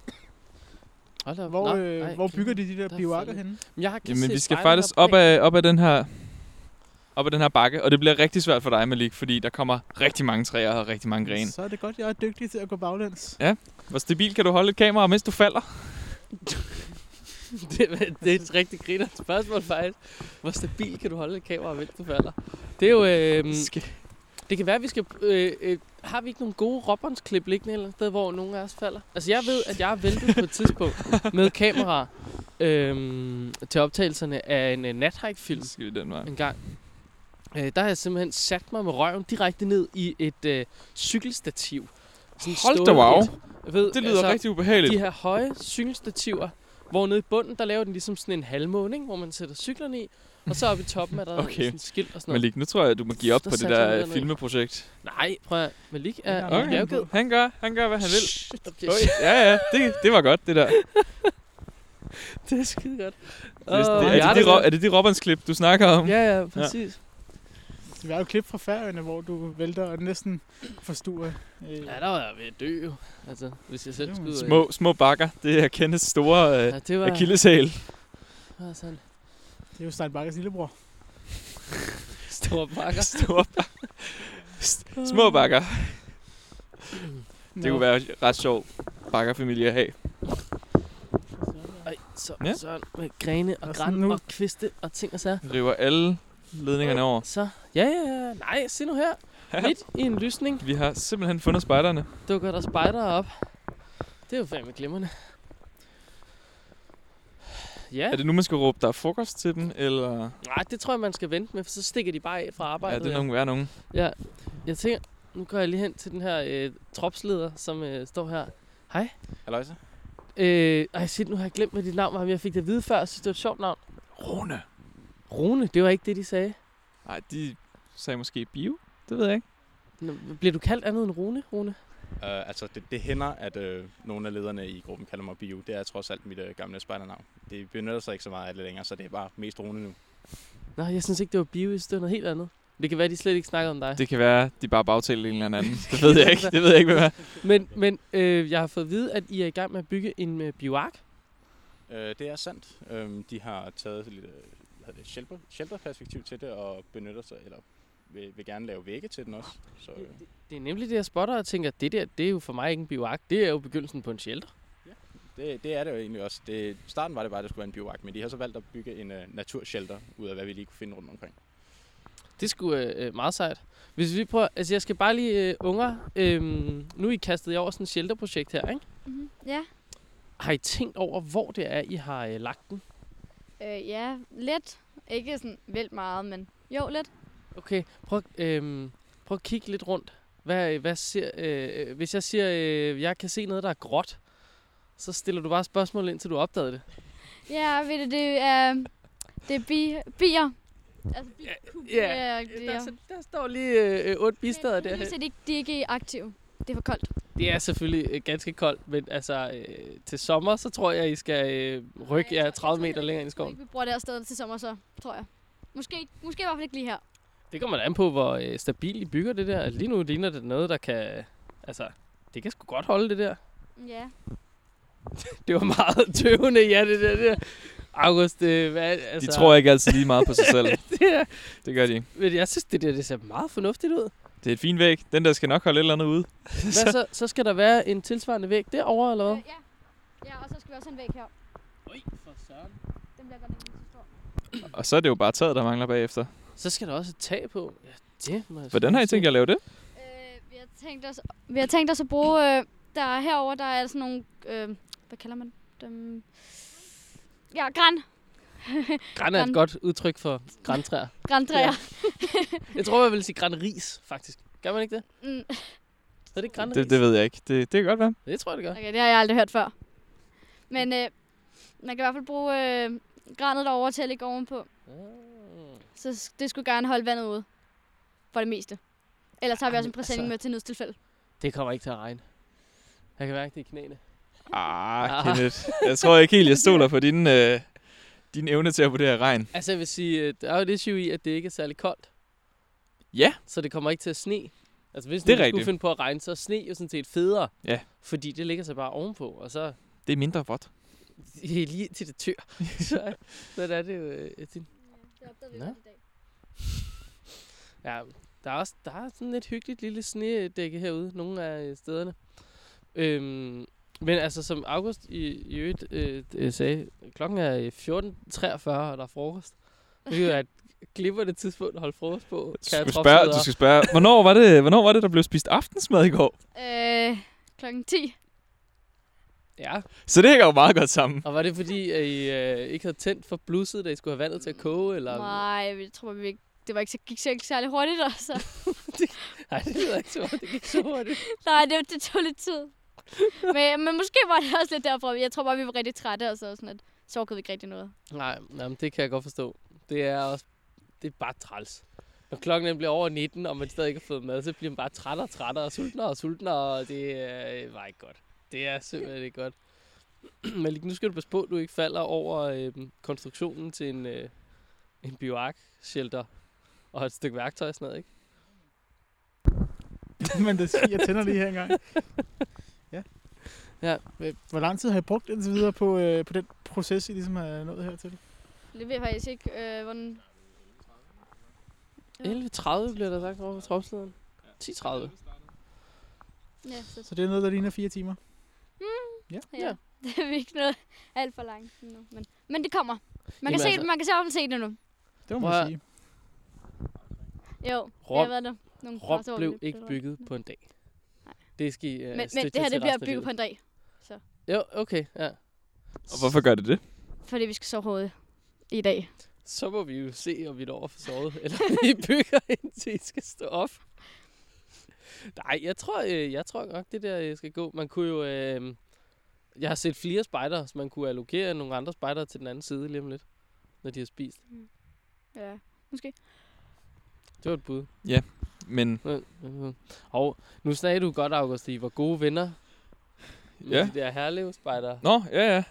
S1: Hold da op.
S3: Hvor,
S1: Nå,
S3: øh,
S1: nej,
S3: hvor
S1: okay.
S3: bygger de de der
S1: Der er
S3: bivakker
S1: fældet.
S3: henne?
S1: Men jeg har
S2: Jamen, vi skal
S1: spejlet
S2: faktisk op
S1: oppe
S2: af, op af den her op ad den her bakke, og det bliver rigtig svært for dig, Malik, fordi der kommer rigtig mange træer og rigtig mange grene.
S3: Så er det godt, jeg er dygtig til at gå baglæns.
S2: Hvor stabil kan du holde et kamera, mens du falder?
S1: det, det er et rigtig griner spørgsmål faktisk. Hvor stabil kan du holde et kamera, mens du falder? Det er jo... Øhm,
S2: Skal-
S1: det kan være, at vi skal... Øh, øh, har vi ikke nogle gode råbåndsklip liggende et eller andet sted, hvor nogen af os falder? Altså, jeg ved, at jeg har væltet på et tidspunkt med kamera øhm, til optagelserne af en øh, nathike-film.
S2: Skal vi den vej?
S1: en gang. Øh, der har jeg simpelthen sat mig med røven direkte ned i et øh, cykelstativ. Sådan
S2: Hold da
S1: stående
S2: wow.
S1: et. Jeg ved, altså,
S2: Det lyder rigtig ubehageligt.
S1: De her høje cykelstativer, hvor nede i bunden, der laver den ligesom sådan en halvmåne, ikke? hvor man sætter cyklerne i. Og så oppe i toppen er der
S2: Okay.
S1: okay. sådan et skilt og sådan noget.
S2: Malik, nu tror jeg, du må give op
S1: Der
S2: på det
S1: satte jeg mig
S2: der øh,
S1: derned.
S2: filmeprojekt.
S1: Nej, prøv at Malik er
S3: Okay.
S1: okay. bjergged.
S2: Han gør, han gør, hvad han vil.
S1: Okay.
S2: Oj, ja, ja, det, det var godt, det der.
S1: det er skide godt.
S2: Det, er-
S1: Åh,
S2: det,
S1: jeg
S2: er, det de,
S1: der.
S2: ro- er det de Robbins-klip, du snakker om?
S1: Ja, ja, præcis.
S3: Vi har jo et klip fra færøerne, hvor du vælter og næsten forstuer. Øh,
S1: Ja, der var jeg ved at dø jo. Altså, hvis jeg selv
S3: Det var
S1: skyder.
S2: Små, små bakker, det er Kenneths store øh,
S1: Ja, det var,
S2: akilleshæl.
S1: var sådan.
S3: det er jo Stein Bakkers lillebror.
S1: Store bakker.
S2: Store bak- S- små bakker. Det
S3: Nå.
S2: kunne være ret sjovt bakkerfamilie at have.
S1: Ej, så,
S2: Ja.
S1: ja. sådan med grene og
S3: Og
S1: græn
S3: sådan nu.
S1: og kviste og ting og sager.
S2: River alle ledningerne over.
S1: Så, ja, ja, ja. Nej, se nu her. Midt i en lysning
S2: Vi har simpelthen fundet spejderne.
S1: dukker der spejdere op. Det er jo fandme glimrende. Ja,
S2: Er det nu, man skal råbe, der er frokost til dem, eller
S1: nej, det tror jeg, man skal vente med, for så stikker de bare af fra
S2: er
S1: arbejdet.
S2: det
S1: jo.
S2: nogen værd nogen?
S1: Ja, jeg tænker, nu går jeg lige hen til den her øh, tropsleder, som øh, står her.
S2: Aloysa?
S1: Øh, ej, shit, nu har jeg glemt, hvad dit navn var, men jeg fik det at vide før, og synes, det var et sjovt navn.
S2: Rune.
S1: Rune, det var ikke det, de sagde.
S2: Nej, de sagde måske bio. Det ved jeg ikke.
S1: Nå, Bliver du kaldt andet end Rune, Rune?
S4: Uh, altså, det, det hænder, at uh, nogle af lederne i gruppen kalder mig Bio. Det er trods alt mit uh, gamle spejdernavn. Det benytter sig ikke så meget af det længere, så det er bare mest Rune nu.
S1: Nå, jeg synes ikke, det var bio, det var noget helt andet. Det kan være, de slet ikke snakker om dig.
S2: Det kan være, de bare bagtalte en eller anden. Det ved jeg ikke. Det ved jeg ikke, hvad det er.
S1: Men, men øh, jeg har fået at vide, at I er i gang med at bygge en øh, bioark.
S4: Uh, det er sandt. Um, de har taget lidt uh, hvad hedder det, shelter, shelterperspektiv til det og benytter sig, eller vil, vil gerne lave vægge til den også. Så, uh,
S1: Det er nemlig det, jeg spotter og tænker, det der, det er jo for mig ikke en bioark. Det er jo begyndelsen på en shelter.
S4: det, det er det jo egentlig også. Det, starten var det bare, at det skulle være en biovagt, men de har så valgt at bygge en uh, naturshelter ud af, hvad vi lige kunne finde rundt omkring.
S1: Det skulle øh, meget sejt. Hvis vi prøver, altså jeg skal bare lige, øh, unger, øh, nu er I kastet jer over sådan et shelterprojekt her, ikke?
S5: Mm-hmm. Ja.
S1: Har I tænkt over, hvor det er, I har øh, lagt den?
S5: Øh, ja, lidt. Ikke sådan vildt meget, men jo, lidt.
S1: Okay, prøv, øh, prøv at kigge lidt rundt. Hvad, øh, hvad ser, øh, øh, hvis jeg siger, øh, jeg kan se noget, der er gråt, så stiller du bare spørgsmål indtil du opdagede det.
S5: Ja, ved du, det er, det er bi, bier. Altså bikuber.
S1: ja, Der, der står lige øh, øh, otte bistader
S5: der.
S1: der.
S5: De, de, de er ikke aktive. Det er for koldt.
S1: Det er selvfølgelig øh, ganske koldt, men altså øh, til sommer, så tror jeg, I skal øh, rykke
S5: Nej, jeg
S1: jer 30
S5: tror- jeg tror
S1: meter længere ind i
S5: Jeg tror
S1: skoven.
S5: ikke, vi bruger det her sted til sommer, så tror jeg. Måske, ikke- måske i hvert fald ikke lige her.
S1: Det kommer da an på, hvor øh, stabilt I bygger det der. Lige nu ligner det noget, der kan... Altså, det kan sgu godt holde det der.
S5: Mm, Ja.
S1: Det var meget tøvende, ja, det der. Det der. August, øh, hvad,
S2: De
S1: altså,
S2: tror ikke altid lige meget på sig selv.
S1: det er,
S2: Det gør de ikke.
S1: men jeg synes, det der det ser meget fornuftigt ud.
S2: Det er et fint væg. Den der skal nok holde et eller andet ude.
S1: Hvad så, så skal der være en tilsvarende væg derovre, eller hvad?
S5: Øh, ja. Ja, og så skal vi også have en væg her.
S1: Oj, for søren.
S5: Den bliver godt nok ikke så stor.
S2: Og så er det jo bare taget, der mangler bagefter.
S1: Så skal der også et tag på. Ja, det må jeg
S2: Hvordan har I
S1: se.
S2: tænkt jer at lave det?
S5: Øh, vi, har tænkt os, vi har tænkt os at bruge... Øh, der er herover der er sådan nogle... Øh, hvad kalder man dem? Ja, gran.
S1: Gran er
S5: Gran-
S1: et godt udtryk for grantræer.
S5: Grantræer.
S1: Ja. Jeg tror, jeg vil sige granris, faktisk. Gør man ikke det?
S5: Mm.
S1: Er det ikke granris?
S2: Det, det ved jeg ikke. Det, det kan godt være.
S1: det tror jeg, det gør. Ah.
S5: Okay, det har jeg aldrig hørt før. Men øh, man kan i hvert fald bruge øh, granet derovre til at lægge ovenpå. Så s- det skulle gerne holde vandet ude. For det meste. Ellers har vi
S1: Ej,
S5: også en
S1: men
S5: præsending
S1: altså-
S5: med til nødstilfælde.
S1: Det kommer ikke til at regne. Jeg kan mærke det i knæene.
S2: Ah,
S1: Ah.
S2: Kenneth. Jeg tror ikke helt, jeg stoler på din, øh, din evne til at vurdere regn.
S1: Altså jeg vil sige, øh, der er jo et issue i, at det ikke er særlig koldt.
S2: Ja.
S1: Så det kommer ikke til at sne. Altså hvis
S2: Det er
S1: det nu skulle
S2: rigtigt.
S1: finde på at regne, så er sne jo sådan set federe.
S2: Ja.
S1: Fordi det ligger sig bare ovenpå, og så
S2: Det er mindre vådt.
S1: lige til det tør. så, så er det jo øh, din vi Nå. godt Ja, der er også der er sådan et hyggeligt lille snedække herude, nogle af øh, stederne. Øhm, men altså, som August i, i øvrigt øh, øh, sagde, klokken er øh, 14.43, og der er frokost. Det er jo et glimrende tidspunkt at holde frokost på.
S2: Du skal,
S1: trods
S2: spørge,
S1: alt
S2: du
S1: også.
S2: skal spørge, hvornår var, det, hvornår var det, der blev spist aftensmad i går?
S5: Øh, klokken 10.
S1: Ja,
S2: Så det hænger jo meget godt sammen.
S1: og var det fordi, at I øh, ikke havde tændt for blusset, da I skulle have vandet til at koge? Eller?
S5: Nej, jeg tror vi ikke. Det var ikke, så, gik så ikke særlig hurtigt, altså.
S1: Nej, det lyder ikke så meget. Det gik så hurtigt.
S5: Nej, det, det tog lidt tid. men, men måske var det også lidt derfra. Jeg tror bare, vi var rigtig trætte, og så sådan at så orkede vi ikke rigtig noget.
S1: Nej, nej, men det kan jeg godt forstå. Det er også det er bare træls. Når klokken den bliver over 19, og man stadig ikke har fået mad, så bliver man bare træt og træt og sultnere og sultnere, og det er øh, var ikke godt. Det er simpelthen ikke godt. Men lige nu skal du passe på, at du ikke falder over øh, konstruktionen til en, øh, en bioark shelter og et stykke værktøj og sådan noget, ikke?
S3: Men det, jeg tænder lige her engang. Ja.
S1: Ja.
S3: Øh, Hvor lang tid har I brugt indtil videre på, øh, på den proces, I ligesom har nået hertil?
S5: Det ved jeg faktisk ikke, øh, hvordan...
S1: 11.30 bliver der sagt over på tropslederen. 10.30.
S5: Ja, så, Mm.
S3: Så det er noget, der ligner fire timer.
S5: ja. Det er ikke noget alt for langt nu. Men, men det kommer. Man
S1: Jamen
S5: kan, se,
S1: altså-
S5: det, man kan se, om se det nu.
S3: Det må
S1: Prøv
S3: man
S1: at-
S3: sige.
S5: Jo, det har
S1: Rom-
S5: været der. Nogle pauser,
S1: Rom
S5: hvor vi
S1: blev
S5: lidt
S1: ikke
S5: blev-
S1: bygget på en dag. Det skal I, øh,
S5: Men, men
S1: stitche
S5: det her,
S1: til
S5: det bliver
S1: resten af
S5: bygget på
S1: livet.
S5: en dag.
S1: Jo, okay, ja.
S2: Og hvorfor gør det det?
S5: Fordi vi skal sove hovedet i dag.
S1: Så må vi jo se, om vi når at få sovet, eller om vi bygger, indtil I skal stå op. Nej, jeg tror, øh, jeg tror nok, det der øh, skal gå. Man kunne jo... Øh, jeg har set flere spejder, så man kunne allokere nogle andre spejder til den anden side lige om lidt, når de har spist.
S5: Ja, måske.
S1: Det var et bud.
S2: Men
S1: Øh, øh, øh. Og nu sagde du godt, August, I var gode venner med
S2: Ja.
S1: de der herlevspejder.
S2: Nå, ja, ja.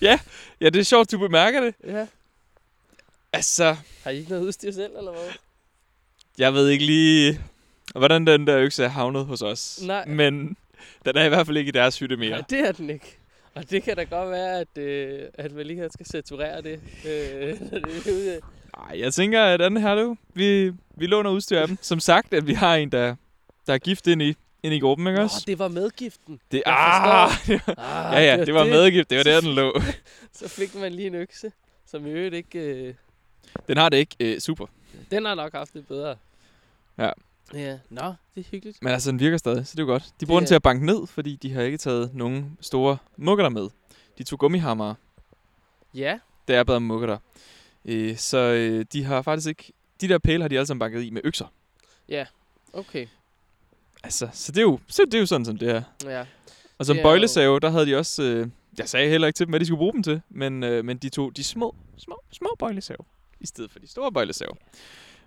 S2: ja. ja, det er sjovt, du bemærker det.
S1: Ja.
S2: Altså,
S1: Har I ikke noget udstyr selv, eller hvad?
S2: jeg ved ikke lige, hvordan den der økse er havnet hos os.
S1: Nej.
S2: Men den er i hvert fald ikke i deres hytte mere.
S1: Nej, det er den ikke. Og det kan da godt være, at, øh, at man lige her skal saturere det. Øh, når det er ude.
S2: Nej, jeg tænker, at anden herlev, vi, vi låner udstyr af dem. Som sagt, at vi har en, der, der er gift ind i, ind i gruppen, ikke
S1: Nå,
S2: også?
S1: det var medgiften.
S2: Det,
S1: jeg
S2: ah,
S1: Ah,
S2: ja, ja, det var medgift. Det var der, den lå.
S1: Så fik man lige en økse, som i øvrigt ikke... Øh,
S2: Den har det ikke øh, super.
S1: den har nok haft det bedre.
S2: Ja.
S1: Ja, nå, det er hyggeligt.
S2: Men altså, den virker stadig, så det er jo godt. De bruger
S1: Det
S2: den til
S1: er-
S2: at banke ned, fordi de har ikke taget nogen store mukker med. De tog gummihammer,
S1: Ja,
S2: der er bedre mukker der. Øh, så øh, de har faktisk ikke... De der pæle har de alle sammen banket i med økser.
S1: okay.
S2: Altså, så det er jo, så det er jo sådan, som det er.
S1: Ja.
S2: Og som
S1: Det er jo-
S2: bøjlesave, der havde de også... Øh, jeg sagde heller ikke til dem, hvad de skulle bruge dem til, men, øh, men de tog de små, små, små bøjlesave, i stedet for de store bøjlesave.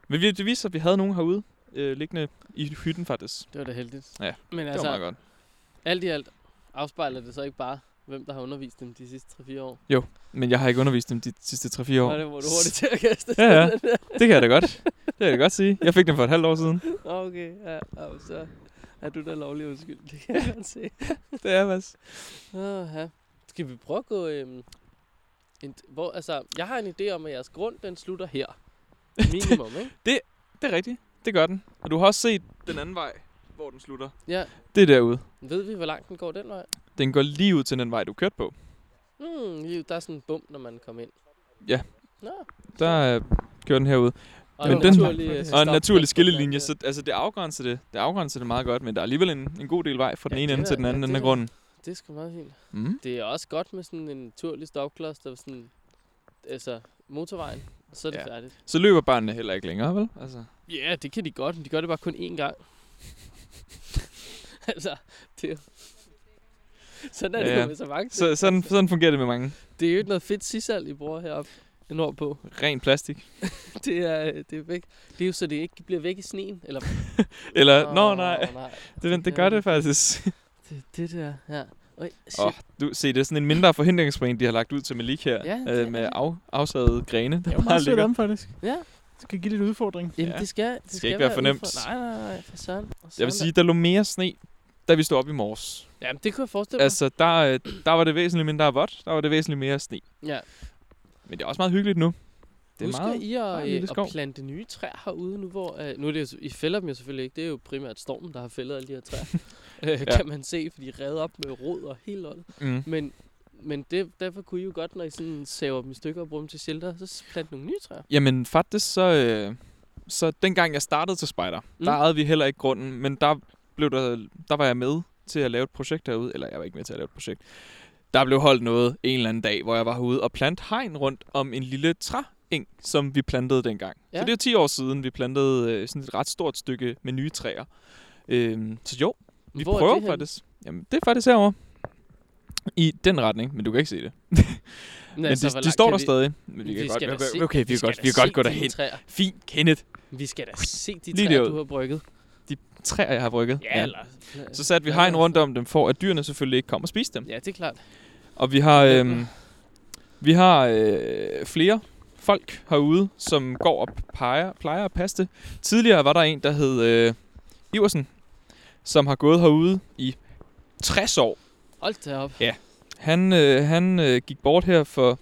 S2: Men vi- det viste sig, at vi havde nogen herude, øh, liggende i hytten faktisk.
S1: Det var da heldigt.
S2: Ja,
S1: Men
S2: Det var meget
S1: altså,
S2: godt.
S1: alt i alt afspejler det så ikke bare, hvem der har undervist dem de sidste 3-4 år.
S2: Men jeg har ikke undervist dem de sidste 3-4 år.
S1: Nå, det var du hurtigt til at kaste.
S2: Ja, ja. Det kan jeg da godt. Det kan jeg da godt sige. Jeg fik den for et halvt år siden.
S1: Okay, ja, ja, så er du da lovlig undskyld. Det kan jeg godt se.
S2: Det er Mads.
S1: Uh, ja. Skal vi prøve at gå... Øhm, en, hvor, altså, jeg har en idé om, at jeres grund, den slutter her. Minimum, ikke?
S2: Det er rigtigt. Det gør den. Og du har også set den anden vej, hvor den slutter.
S1: Ja.
S2: Det er derude.
S1: Ved vi, hvor langt den går den vej?
S2: Den går lige ud til den vej, du kørte på.
S1: Mm, lige- der er sådan en bump, når man kommer ind.
S2: Ja.
S1: Nå.
S2: Der øh, kører den herude.
S1: Og
S2: Men
S1: en
S2: den-
S1: naturlig, øh,
S2: Og en
S1: stop-
S2: naturlig
S1: stop-
S2: skillelinje,
S1: ja.
S2: så altså, det, afgrænser det. det afgrænser det meget godt, men der er alligevel en, en god del vej fra den
S1: Ja,
S2: ene
S1: det
S2: ende
S1: er-
S2: til den
S1: ja,
S2: anden
S1: det
S2: ende af
S1: er-
S2: grunden.
S1: Det er sgu meget fint.
S2: Mm.
S1: Det er også godt med sådan en naturlig stopklods, der er sådan... Altså, motorvejen. og Så er det
S2: Ja.
S1: ja. færdigt.
S2: Så løber børnene heller ikke længere, vel? Altså,
S1: Ja, yeah, det kan de godt, men de gør det bare kun én gang. altså, det er jo- Sådan er det
S2: Ja.
S1: jo med så mange.
S2: Så, sådan, sådan fungerer det med mange.
S1: Det er jo ikke noget fedt sisal, I bruger heroppe nordpå.
S2: Ren plastik.
S1: Det er, øh, det er væk. Det er jo så, det ikke bliver væk i sneen. Eller,
S2: Eller,
S1: Åh,
S2: oh, nå nej,
S1: nej.
S2: det, det gør det faktisk.
S1: Det, det der, ja. Øj, shit.
S2: Åh, oh, du, se, det er sådan en mindre forhindringsbane, de har lagt ud til Malik her.
S1: Ja, det
S2: øh,
S1: er
S2: med
S1: det.
S2: af, afsaget grene,
S3: Det
S2: der
S3: er jo meget
S2: bare
S3: sødt
S2: ligger.
S3: af dem, faktisk.
S1: Ja,
S3: Det kan give lidt udfordring.
S1: jamen
S2: Ja.
S1: det skal, det,
S2: skal ikke være for nemt.
S1: udfordrende. Nej, nej, nej, for søren. for
S2: Jeg
S1: søren
S2: vil sige, der lå mere sne, da vi stod op i morges.
S1: da. Jamen det kunne jeg forestille mig. Altså,
S2: Altså, der, øh, der var det væsentligt mindre vådt, der var det væsentligt mere sne.
S1: ja.
S2: Men det er også meget hyggeligt nu.
S1: Det Husker
S2: meget...
S1: I at,
S2: lille
S1: øh,
S2: skov.
S1: at plante nye træer herude nu, hvor... Øh, nu er det jo, I fælder dem jo selvfølgelig ikke. Det er jo primært stormen, der har fældet alle de her træer. øh,
S2: Ja.
S1: Kan man se, fordi de er revet op med rod og helt lort.
S2: Mm.
S1: Men, men det, derfor kunne I jo godt, når I sådan saver dem i stykker og bruger dem til shelter, så plante nogle nye træer.
S2: Jamen faktisk, så, øh, så dengang jeg startede til Spider, mm. der
S1: Mm.
S2: ejede vi heller ikke grunden, men der, blev der, der var jeg med til at lave et projekt derude, eller jeg var ikke med til at lave et projekt. Der blev holdt noget en eller anden dag, hvor jeg var herude og plantede hegn rundt om en lille træeng, som vi plantede dengang. Ja.
S1: Ja.
S2: Så det er 10 år siden, vi plantede øh, sådan et ret stort stykke med nye træer. Øh, så jo, vi
S1: Hvor er
S2: prøver
S1: det henne?
S2: faktisk. Jamen, det er faktisk herovre. I den retning, men du kan ikke se det.
S1: Men,
S2: Men,
S1: altså,
S2: de,
S1: hvor
S2: de
S1: langt
S2: står
S1: kan
S2: der
S1: vi-
S2: stadig. Men vi, kan
S1: vi
S2: godt,
S1: skal da se-
S2: okay, okay, vi,
S1: vi skal
S2: kan godt,
S1: da
S2: vi kan
S1: se
S2: godt gå
S1: de
S2: derhen.
S1: Træer.
S2: Fint, Kenneth.
S1: Vi skal da se de
S2: Lige
S1: Lige træer,
S2: derud.
S1: du har brygget.
S2: Træer, jeg har brygget.
S1: Ja, eller...
S2: Så satte vi hegn rundt om dem, for at dyrene selvfølgelig ikke kommer og spiser dem.
S1: Ja, det er klart.
S2: Og vi har,
S1: Ja.
S2: øhm, vi har øh, flere folk herude, som går og peger, plejer at passe det. Tidligere var der en, der hed øh, Iversen, som har gået herude i 60 år.
S1: Hold da op.
S2: Han, øh, han øh, gik bort her for,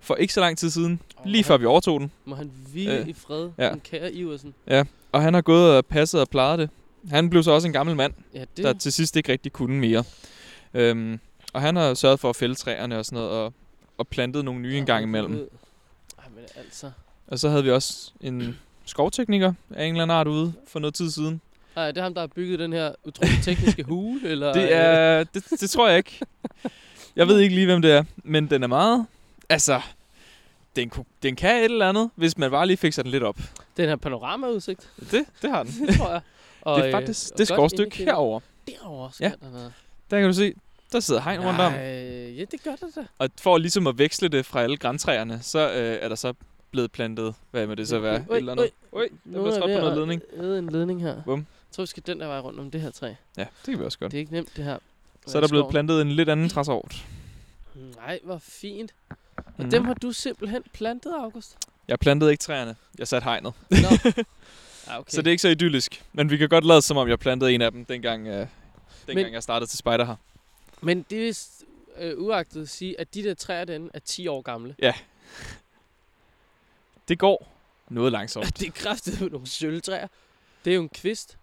S2: for ikke så lang tid siden, lige før vi overtog den.
S1: Må han hvile
S2: Øh,
S1: i fred,
S2: ja.
S1: ja. den kære Iversen.
S2: Og han har gået og passet og plejet det. Han blev så også en gammel mand,
S1: Ja, det...
S2: der til sidst ikke rigtig kunne mere. Øhm, og han har sørget for at fælde træerne og sådan noget, og, og plantet nogle nye en gang imellem.
S1: Ej, men altså...
S2: Og så havde vi også en skovtekniker af en eller anden art ude for noget tid siden.
S1: Ej, det er ham, der har bygget den her utrolig tekniske hule, eller... øh,
S2: Det, er, det, det tror jeg ikke. Jeg ved ikke lige, hvem det er, men den er meget... Altså, den, ku- den kan et eller andet, hvis man bare lige fikser den lidt op.
S1: Den her panoramaudsigt,
S2: Det, det har den.
S1: det tror jeg. Og,
S2: det er
S1: øh,
S2: faktisk
S1: og
S2: det
S1: godt
S2: skovstykke
S1: indeklippet.
S2: herover.
S1: Derovre sker
S2: Ja.
S1: ja. der noget.
S2: Der kan du se, der sidder hegn rundt om.
S1: Nej, ja, det gør der da.
S2: Og for ligesom at veksle det fra alle græntræerne, så øh, er der så blevet plantet, hvad må det så være?
S1: Øj,
S2: et eller andet.
S1: øj.
S2: Øj, der
S1: Nogen
S2: blev
S1: er
S2: trådt
S1: ved
S2: på noget
S1: at
S2: ledning.
S1: æde en ledning her.
S2: Bum.
S1: Jeg tror, vi skal den der vej rundt om det her træ.
S2: Ja, det kan vi også godt.
S1: Det er ikke nemt, det her.
S2: Så er der blevet
S1: Skov.
S2: plantet en lidt anden træsort.
S1: Nej, hvor fint. Og
S2: Mhm.
S1: dem har du simpelthen plantet, August?
S2: Mm. Jeg plantede ikke træerne. Jeg satte hegnet.
S1: Nå. Ah, okay.
S2: Så det er ikke så idyllisk. Men vi kan godt lade som om, jeg plantede en af dem, dengang, øh, dengang
S1: Men-
S2: jeg startede til Spider her.
S1: Men det vil s- øh, uagtet at sige, at de der træer derinde er 10 år gamle.
S2: Det går noget langsomt.
S1: det er kraftigt med nogle sølvtræer. Det er jo en kvist.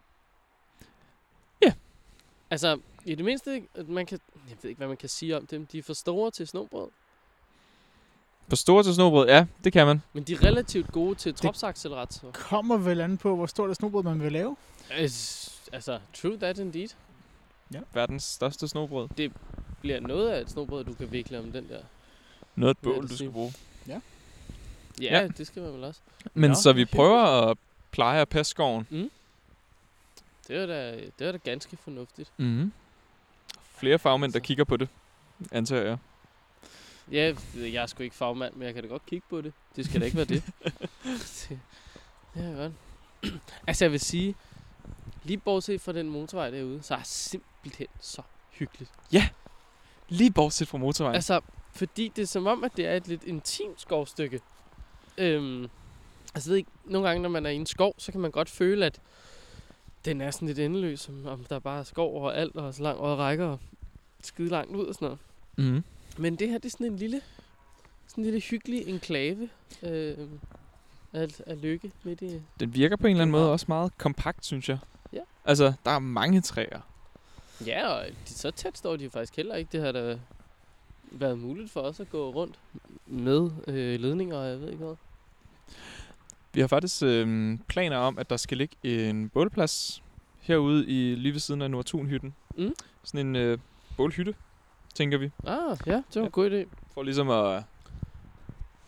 S2: Ja.
S1: Altså, i det mindste, at man kan... Jeg ved ikke, hvad man kan sige om dem. De er for store til snobrød,
S2: På store til snobrød, ja, det kan man.
S1: men de er relativt gode til tropsaccelerator.
S3: Kommer vel an på, hvor stort et snobrød man vil lave.
S1: Øh, s- Altså, true that indeed.
S2: Verdens største snobrød.
S1: Bliver noget af et snobrød, du kan vikle om den der.
S2: Noget
S1: Hvad vil
S2: bål,
S1: det sige?
S2: du skal bruge.
S1: Ja,
S2: Ja.
S1: ja. det skal man vel også.
S2: Men
S1: Nå,
S2: så vi
S1: hyggeligt.
S2: prøver at pleje at passe skoven.
S1: Det er da, det er da ganske fornuftigt.
S2: Mm-hmm. Flere fagmænd, der kigger på det, antager jeg.
S1: Ja, jeg er sgu ikke fagmand, men jeg kan da godt kigge på det. Det skal da ikke være det. det ja, godt. altså, jeg vil sige, lige bortset fra den motorvej derude, så er det simpelthen så hyggeligt.
S2: Lige bortset fra motorvejen.
S1: Altså, fordi det er som om, at det er et lidt intimt skovstykke. Øhm, altså, jeg ved ikke, nogle gange, når man er i en skov, så kan man godt føle, at den er sådan lidt endeløs, som om der bare er skov overalt, og så langt og rækker og skide langt ud og sådan noget.
S2: Mm-hmm.
S1: Men det her, det er sådan en lille, sådan en lille hyggelig enklave øh, af, af lykke midt i...
S2: Den virker på en eller anden
S1: Det er
S2: måde
S1: meget-
S2: også meget kompakt, synes jeg.
S1: Ja.
S2: Altså, der er mange træer.
S1: Ja, og de, så tæt står de jo faktisk heller ikke. Det har da været muligt for os at gå rundt med øh, ledninger, og jeg ved ikke hvad.
S2: Vi har faktisk øh, planer om, at der skal ligge en bålplads herude i lige ved siden af Nordtunhytten.
S1: Mm.
S2: Sådan en øh, bålhytte, tænker vi.
S1: Ah, ja, det var
S2: Ja.
S1: en god idé.
S2: For ligesom at,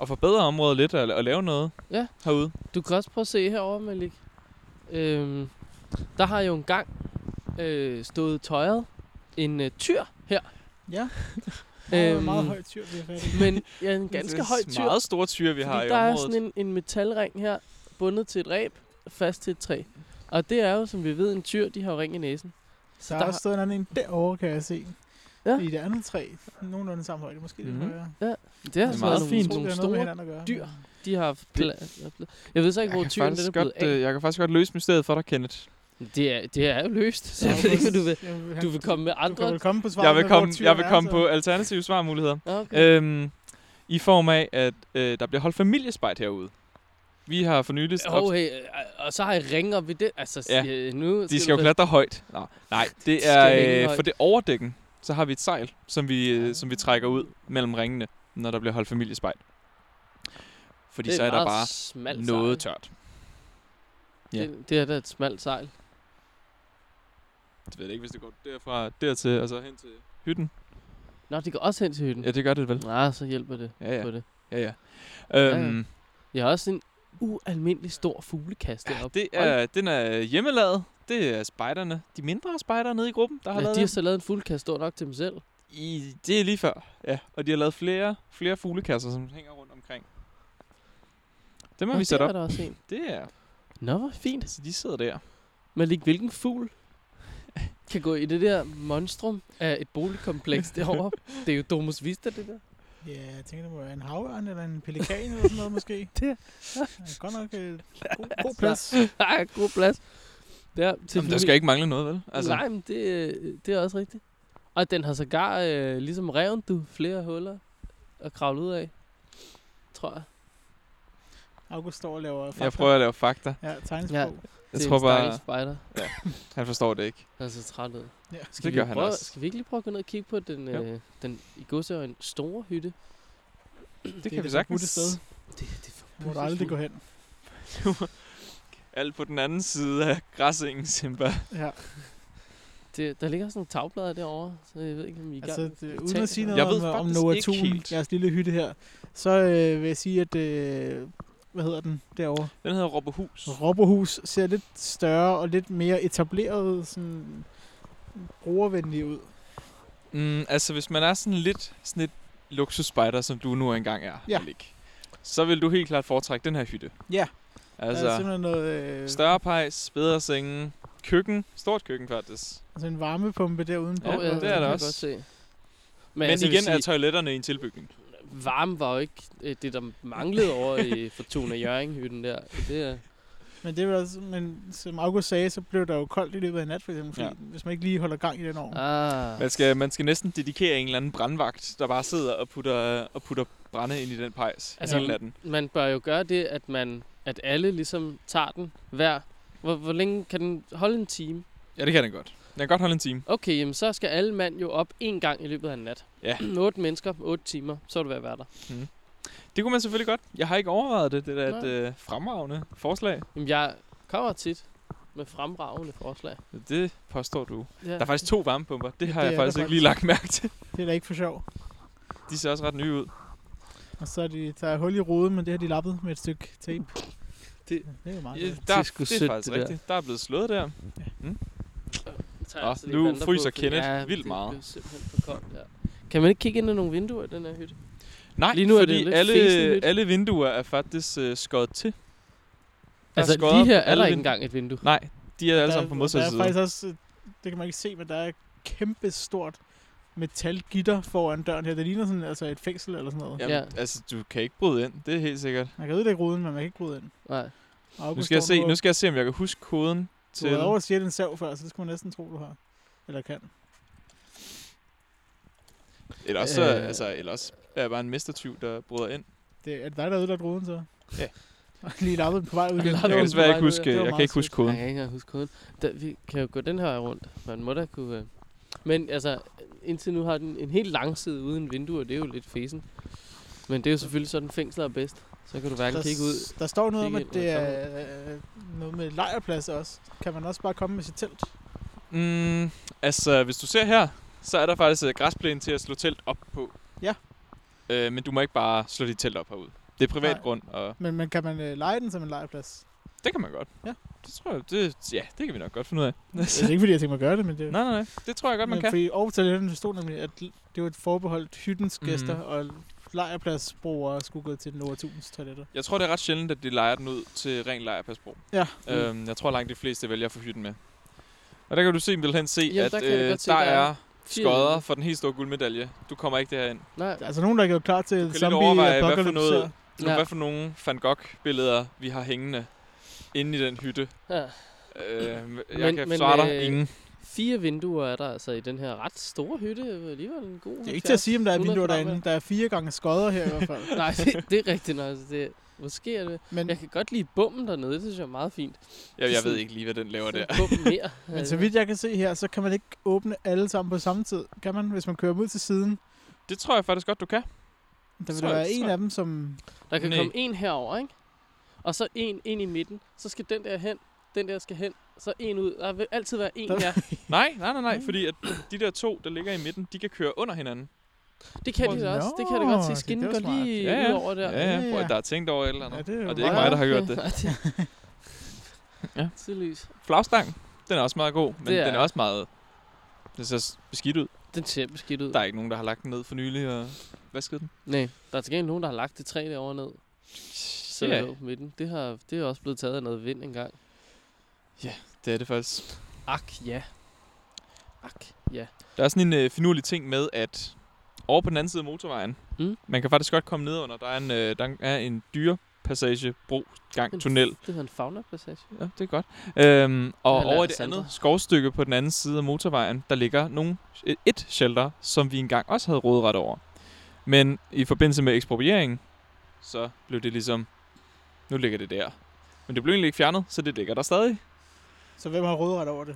S2: at forbedre området lidt og, og lave noget
S1: Ja.
S2: herude.
S1: Du kan også prøve at se herovre, Malik. Øhm, der har jo engang øh, stået tøjet en øh, tyr
S3: Ja,
S1: Øhm,
S3: øhm, meget højt tyr, vi har fat i.
S1: Men ja, en ganske høj
S2: Det er
S1: tyr.
S2: meget store tyre, vi har
S1: fordi
S2: i
S1: der er
S2: området.
S1: sådan en, en metalring her, bundet til et ræb, fast til et træ. Og det er jo, som vi ved, en tyr, de har jo ring i næsen.
S3: Så der
S1: der
S3: er også
S1: har-
S3: stået en anden en derovre, kan jeg se.
S1: Ja.
S3: Ja. I det andet træ. Nogenlunde samme højde, måske lidt
S2: Mhm.
S3: højere.
S1: Det er,
S2: er
S1: altså
S2: meget
S1: været nogle,
S2: fint.
S1: Nogle
S3: Det har noget med
S1: store,
S3: hinanden at gøre.
S1: dyr. de har... Pla- jeg ved så ikke,
S2: jeg,
S1: hvor
S2: kan
S1: tyren den
S2: faktisk
S1: er blevet
S2: godt,
S1: af.
S2: øh, jeg kan faktisk godt løse mysteriet for dig, Kenneth.
S1: Det er, det er jo løst. Så
S3: Ja,
S1: jeg ved ikke, hvad du vil.
S3: jeg
S1: Du vil komme med
S3: Du kan
S1: andre...
S3: vel komme på svaret
S2: Jeg vil
S3: med, hvor
S2: komme,
S3: tyren
S2: jeg vil
S3: er,
S2: komme
S3: så.
S1: altså.
S2: på alternative svarmuligheder.
S1: Okay.
S2: Øhm, I form af, at øh, der bliver holdt familiespejt herude. Vi har for nylig...
S1: Oh, hey, øh, og så har jeg ringer ved det. Altså,
S2: Ja.
S1: ja. nu
S2: De skal jo
S1: du-
S2: klatre højt. Nå, nej, det
S1: skal hænge
S2: er øh,
S1: højt.
S2: for det overdækken. Så har vi et sejl, som vi, øh, som vi trækker ud mellem ringene, når der bliver holdt familiespejl. Fordi
S1: Det
S2: så er der
S1: meget
S2: bare
S1: smalt
S2: noget
S1: sejl.
S2: tørt. ja.
S1: Det, det er da et smalt sejl.
S2: Det ved jeg ikke, hvis det går derfra dertil og så hen til hytten.
S1: Nå, det går også hen til hytten.
S2: Ja, det gør det vel.
S1: Nej, så hjælper det
S2: Ja, ja.
S1: Mm. på det.
S2: ja, ja.
S1: ja.
S2: Øhm,
S1: Jeg har også en ualmindelig stor fuglekast
S2: ja,
S1: deroppe.
S2: det er, den er hjemmelavet. Det er spejderne. De mindre spejdere nede i gruppen, der har
S1: ja,
S2: lavet
S1: de har
S2: den.
S1: så lavet en fuglekast stor nok til dem selv.
S2: I, det er lige før, ja. Og de har lavet flere, flere fuglekasser, som hænger rundt omkring. Dem har
S1: Nå,
S2: vi sat
S1: der
S2: op.
S1: er der også en.
S2: Det er...
S1: Nå, hvor fint.
S2: Så de sidder der.
S1: Men lige hvilken fugl kan gå i det der monstrum af et boligkompleks derovre? det er jo Domus Vista, det der.
S3: Ja, jeg tænker, det må være en havørn eller en pelikan eller sådan noget måske.
S1: Det-
S3: er godt nok øh, god, god plads.
S1: Ah, god plads. Der, til
S2: Jamen, der
S1: familie-
S2: skal ikke mangle noget, vel?
S1: Altså. Nej, men det, øh, det er også rigtigt. Og den har sågar, øh, ligesom reven, du flere huller at kravle ud af. Tror jeg.
S3: August står og laver fakta.
S2: Jeg prøver at lave fakta.
S3: Ja, tegnesprog.
S1: Ja.
S3: Ja.
S2: Jeg
S1: det er
S2: tror
S1: en
S2: bare,
S1: stakkels spider.
S2: han forstår det ikke.
S1: Han ser træt ud.
S2: det gør han
S1: prøve,
S2: også.
S1: Skal vi ikke lige prøve at gå ned og kigge på den,
S2: Jo.
S1: øh, den i godsøjen store hytte?
S2: Det,
S3: er
S2: kan vi
S3: det forbudte
S2: sagtens.
S3: sted.
S1: Det, det er
S3: Hvor der aldrig går hen.
S2: Alt på den anden side af græsingen, Simba.
S3: Ja,
S1: det, der ligger sådan nogle tagplader derovre, så jeg ved ikke, om I er i gang.
S3: altså
S1: Altså,
S3: det, uden at sige noget
S2: Jeg
S3: om,
S2: ved
S3: øh, om
S2: faktisk
S3: Noah
S2: ikke
S3: Thun,
S2: helt.
S3: jeres lille hytte her, så øh, vil jeg sige, at, øh, hvad hedder den derovre?
S2: Den hedder Råbehus.
S3: Robberhus ser lidt større og lidt mere etableret, sådan brugervenlig ud.
S2: Mm, altså, hvis man er sådan lidt sådan et luksusspejder, som du nu engang er,
S3: Ja.
S2: Alik, så vil du helt klart foretrække den her hytte.
S3: Ja. Altså, der er
S2: Altså,
S3: simpelthen noget, øh,
S2: større pejs, bedre senge, køkken, stort køkken faktisk.
S3: altså en varmepumpe der udenpå.
S2: Ja,
S1: oh, ja, det
S2: det er
S1: er
S2: der
S1: der
S2: også.
S1: Godt se. Men,
S2: Men,
S1: altså,
S2: Men
S1: jeg vil
S2: igen er
S1: sige,
S2: toiletterne i en tilbygning.
S1: varme var jo ikke øh, det, der manglede over i Fortuna Jørgen-hytten der. Det er...
S3: Men, det er vel også, men som August sagde, så blev der jo koldt i løbet af nat, for eksempel, fordi
S2: Ja.
S3: hvis man ikke lige holder gang i den ovn.
S1: Ah.
S2: Man skal, man skal næsten dedikere en eller anden brandvagt, der bare sidder og putter, og putter brænde ind i den pejs
S1: Altså,
S2: altså, hele natten.
S1: Man bør jo gøre det, at man at alle ligesom tager den hver. Hvor, hvor længe kan den holde en time?
S2: Ja, det kan den godt. Den kan godt holde en time.
S1: Okay, jamen, så skal alle mand jo op en gang i løbet af en nat.
S2: Ja.
S1: Otte mennesker, otte timer, så er du ved at være der.
S2: Det kunne man selvfølgelig godt. Jeg har ikke overvejet det. Det er da et
S1: Nej.
S2: øh, fremragende forslag.
S1: Jamen, jeg kommer tit med fremragende forslag.
S2: Det påstår du.
S1: Ja.
S2: Der er faktisk to varmepumper. Det har
S3: det
S2: jeg
S3: er der
S2: faktisk ikke lige lagt mærke til.
S3: Det er da ikke for sjov.
S2: De ser også ret nye ud.
S3: Og så er de, der er hul i ruden, men det har de lappet med et stykke tape.
S1: Det-
S3: det er jo meget
S2: Ja,
S3: godt.
S2: der,
S1: Det er
S2: det
S1: sgu
S2: er, det
S1: sødt,
S2: er faktisk
S1: det der.
S2: rigtigt. Der er blevet slået der.
S1: Tager
S2: Nå,
S1: altså lige
S2: nu
S1: vandrer
S2: fryser
S1: fordi-
S2: Kenneth
S1: ja,
S2: vildt
S1: det
S2: meget.
S1: Det er simpelthen for koldt, ja. Kan man ikke kigge ind i nogle vinduer i den her hytte?
S2: Nej,
S1: Lige nu er det
S2: fordi
S1: lidt fesen
S2: alle,
S1: nyt.
S2: alle vinduer er faktisk øh, skåret til. Der er
S1: altså,
S2: skodder
S1: lige her
S2: på
S1: er
S2: alle
S1: der ikke
S2: vindu-
S1: engang et vindue.
S2: Nej, de er alle
S3: Der
S2: sammen på modsatte
S3: Der er
S2: side.
S3: faktisk også, det kan man ikke se, men der er et kæmpe stort metalgitter foran døren her. Det ligner sådan altså et fængsel eller sådan noget. Ja.
S2: Jamen,
S1: Ja.
S2: altså, du kan ikke bryde ind. Det er helt sikkert.
S3: Man kan ødelægge ruden, men man kan ikke bryde ind.
S1: Nej.
S3: Og
S2: Nu skal, jeg se, nu skal jeg se, om jeg kan huske koden
S3: Du
S2: til...
S3: har været over at sige en sav før, så det skulle man næsten tro, du har. Eller kan.
S2: Eller også, øh.
S1: Øh.
S2: altså, eller også er jeg bare en mestertyv, der bryder ind.
S3: Det, er det dig, der har ødelagt ruden så?
S2: Ja.
S3: Og lige lappet den på vej ud igen.
S1: Jeg
S2: Jeg
S1: var
S2: kan desværre
S1: på vej
S2: ikke huske,
S1: ud, ja. Det var
S2: jeg kan
S3: meget
S2: ikke huske
S1: Jeg
S2: koden.
S1: kan ikke engang huske koden. Da, vi kan jo gå den her vej rundt. Man må da kunne... Øh. Men altså, indtil nu har den en helt lang side uden vinduer. Det er jo lidt fesen. Men det er jo selvfølgelig sådan, fængsler er bedst. Så kan du hverken kigge ud...
S3: der står noget om, at
S1: kigge ind,
S3: det
S1: og
S3: er øh, noget med lejrplads også. Kan man også bare komme med sit telt?
S2: Mm, altså, hvis du ser her, så er der faktisk øh, græsplæne til at slå telt op på.
S3: Ja.
S2: Øh, men du må ikke bare slå dit telt op herude. Det er privat
S3: Nej.
S2: grund, og
S3: Men, men kan man øh, lege den som en lejrplads?
S2: Det kan man godt.
S3: Ja.
S2: Det tror jeg, det, ja, det kan vi nok godt finde ud af.
S3: Det er ikke, fordi jeg tænker mig at gøre det, men
S1: Øh.
S3: det
S2: nej, nej, nej. Det tror jeg godt, man
S3: men
S2: kan.
S3: Fordi over til det stod nemlig, at l- det var et forbeholdt hyttens
S2: Mhm.
S3: gæster, og lejrpladsbrugere skulle gå til den over tusins toiletter.
S2: Jeg tror, det er ret sjældent, at de lejer den ud til ren lejrpladsbrug.
S3: Ja.
S2: Øhm, jeg tror langt de fleste vælger at få hytten med. Og der kan du simpelthen hen se,
S1: Jamen,
S2: at
S1: der kan jeg da
S2: øh,
S1: godt se,
S2: der
S1: der er
S2: er skodder for den helt store guldmedalje. Du kommer ikke derhen.
S1: Nej,
S3: Der er altså nogen, der er gjort klar til
S2: lidt
S3: zombie
S2: overveje, hvad for
S3: apocalypse.
S2: noget-
S3: her.
S2: Nu,
S1: Ja.
S2: Hvad for nogle Van Gogh-billeder, vi har hængende inde i den hytte?
S1: ja.
S2: Øh, jeg
S1: Men-
S2: kan
S1: men,
S2: svare dig
S1: øh,
S2: ingen.
S1: Fire vinduer er der altså i den her ret store hytte. Det er Alligevel en god
S3: Det er ikke til at sige, om der er
S1: 70,
S3: vinduer
S1: 100
S3: derinde. Der er fire gange skodder her i hvert fald.
S1: 70. Nej, det, det er rigtigt nok. Altså, det, måske er det...
S3: Men,
S1: Jeg kan godt lide bommen dernede. Det synes jeg er meget fint.
S2: Jeg, jeg
S1: sådan-
S2: ved ikke lige, hvad den laver der.
S1: Sådan en Bum mere.
S3: men
S1: altså.
S3: så vidt jeg kan se her, så kan man ikke åbne alle sammen på samme tid. Kan man, hvis man kører dem ud til siden?
S2: Det tror jeg faktisk godt, du kan.
S3: Der vil
S2: Tror
S3: der
S2: jeg-
S3: være en
S2: tror jeg.
S3: af dem, som...
S1: Der kan
S2: Næ.
S1: komme en herover, ikke? Og så en ind i midten. Så skal den der hen, den der skal hen, så en ud. Der vil altid være en
S3: Der-
S1: her.
S2: Nej, nej, nej, nej. Fordi at de der to, der ligger i midten, de kan køre under hinanden.
S1: Det kan de da også. Det kan jeg da godt se.
S3: Nå, se,
S1: Skinnen
S3: det
S1: går
S3: var smart.
S1: lige
S2: Ja, ja.
S1: ud over der.
S2: Ja, ja.
S3: Ja,
S2: Prøv,
S3: ja.
S2: at der er tænkt over et eller andet.
S3: Ja, det er jo
S2: Og det er ikke mig,
S3: meget-
S2: der har gjort det.
S1: Nej,
S2: Ja.
S1: Tidligvis.
S2: Flagstangen, den er også meget god, men
S1: Det er-
S2: den er også meget... Den ser s- beskidt ud.
S1: Den ser beskidt ud.
S2: Der er ikke nogen, der har lagt den ned for nylig og vasket den.
S1: Nej, der er til gengæld nogen, der har lagt det træ derovre ned. Så
S2: Ja.
S1: yeah. lå på midten. Det, har, det er også blevet taget af noget vind engang.
S2: Det er det faktisk.
S1: Ak, ja. Ak, ja.
S2: Der er sådan en øh, finurlig ting med, at over på den anden side af motorvejen,
S1: Mm.
S2: man kan faktisk godt komme ned under. Der er en, øh, der er en dyrepassage, bro, gang, tunnel.
S1: Det hedder en fauna-passage.
S2: Ja, det er godt. Øhm, og
S1: har lært
S2: over i
S1: af
S2: det
S1: Sandra.
S2: andet skovstykke på den anden side af motorvejen, der ligger nogle, et- et shelter, som vi engang også havde råderet over. Men i forbindelse med eksproprieringen, så blev det ligesom, nu ligger det der. Men det blev egentlig ikke fjernet, så det ligger der stadig.
S3: Så hvem har rådret over det?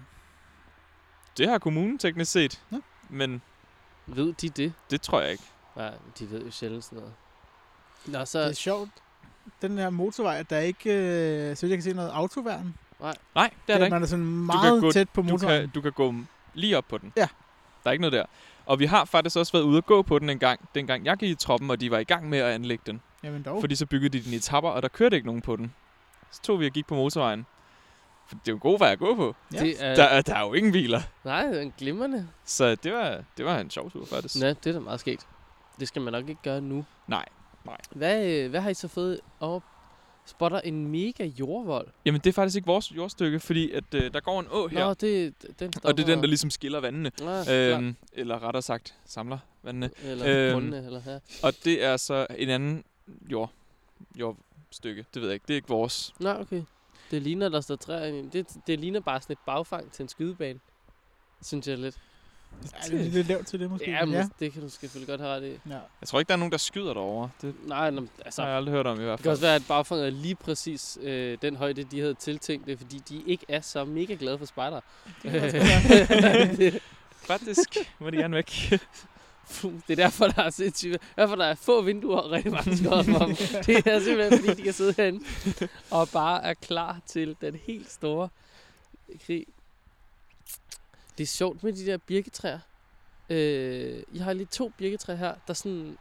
S2: Det har kommunen teknisk set,
S3: Nå.
S2: men
S1: Ved de det?
S2: det tror jeg ikke.
S1: Nej, de ved jo sjældent sådan noget. Nå,
S3: Det er
S1: så...
S3: sjovt. Den her motorvej, der er ikke, øh, så vidt jeg kan se, noget autoværn.
S2: Nej, det er der ikke.
S3: Man er sådan meget
S2: gå-
S3: tæt på
S2: Du
S3: motorvejen.
S2: kan, du kan gå lige op på den.
S3: Ja.
S2: Der er ikke noget der. Og vi har faktisk også været ude at gå på den en gang, dengang jeg gik i troppen, og de var i gang med at anlægge den.
S3: Jamen
S2: Oh.
S3: dog.
S2: Fordi så byggede de den i tapper, og der kørte ikke nogen på den. Så tog vi og gik på motorvejen. For det er jo en god vej at gå på.
S3: Ja.
S1: Det er,
S2: Der, er- der er jo ingen biler.
S1: Nej, det er en glimrende.
S2: Så det var, det var en sjov tur, faktisk.
S1: Ja, det er da meget skægt. Det skal man nok ikke gøre nu.
S2: Nej.
S1: Hvad, øh, hvad har I så fået op? Spotter en mega jordvold.
S2: Jamen, det er faktisk ikke vores jordstykke, fordi at, øh, der går en å her.
S1: Nå, det, d- den stopper.
S2: og det er den, der ligesom skiller vandene.
S1: Nå, øhm,
S2: Øhm, eller rettere sagt, samler vandene.
S1: eller øhm,
S2: øhm,
S1: grundene, eller her.
S2: Og det er så en anden jord, jordstykke. Det ved jeg ikke. Det er ikke vores.
S1: Nå, okay. Det ligner, der står træer ind. i. Det, det ligner bare sådan et bagfang til en skydebane. Synes jeg lidt.
S3: Ja, det er lidt lavt til det måske.
S1: Ja, men
S3: ja.
S1: ja. det kan du selvfølgelig godt have ret i.
S3: ja.
S2: Jeg tror ikke, der er nogen, der skyder derovre. Det
S1: Nej, nå, altså...
S2: har jeg aldrig hørt om i hvert
S1: Det kan
S2: fald.
S1: også være, at bagfanget er lige præcis øh, den højde, de havde tiltænkt det, fordi de ikke er så mega glade for spejder. det,
S2: Faktisk må de gerne væk.
S1: det er derfor, der er, sindssygt, derfor, der er få vinduer og rigtig mange skodder for dem. Det er simpelthen, fordi de kan sidde herinde og bare er klar til den helt store krig. Det er sjovt med de der birketræer. Øh, jeg har lige to birketræer her, der sådan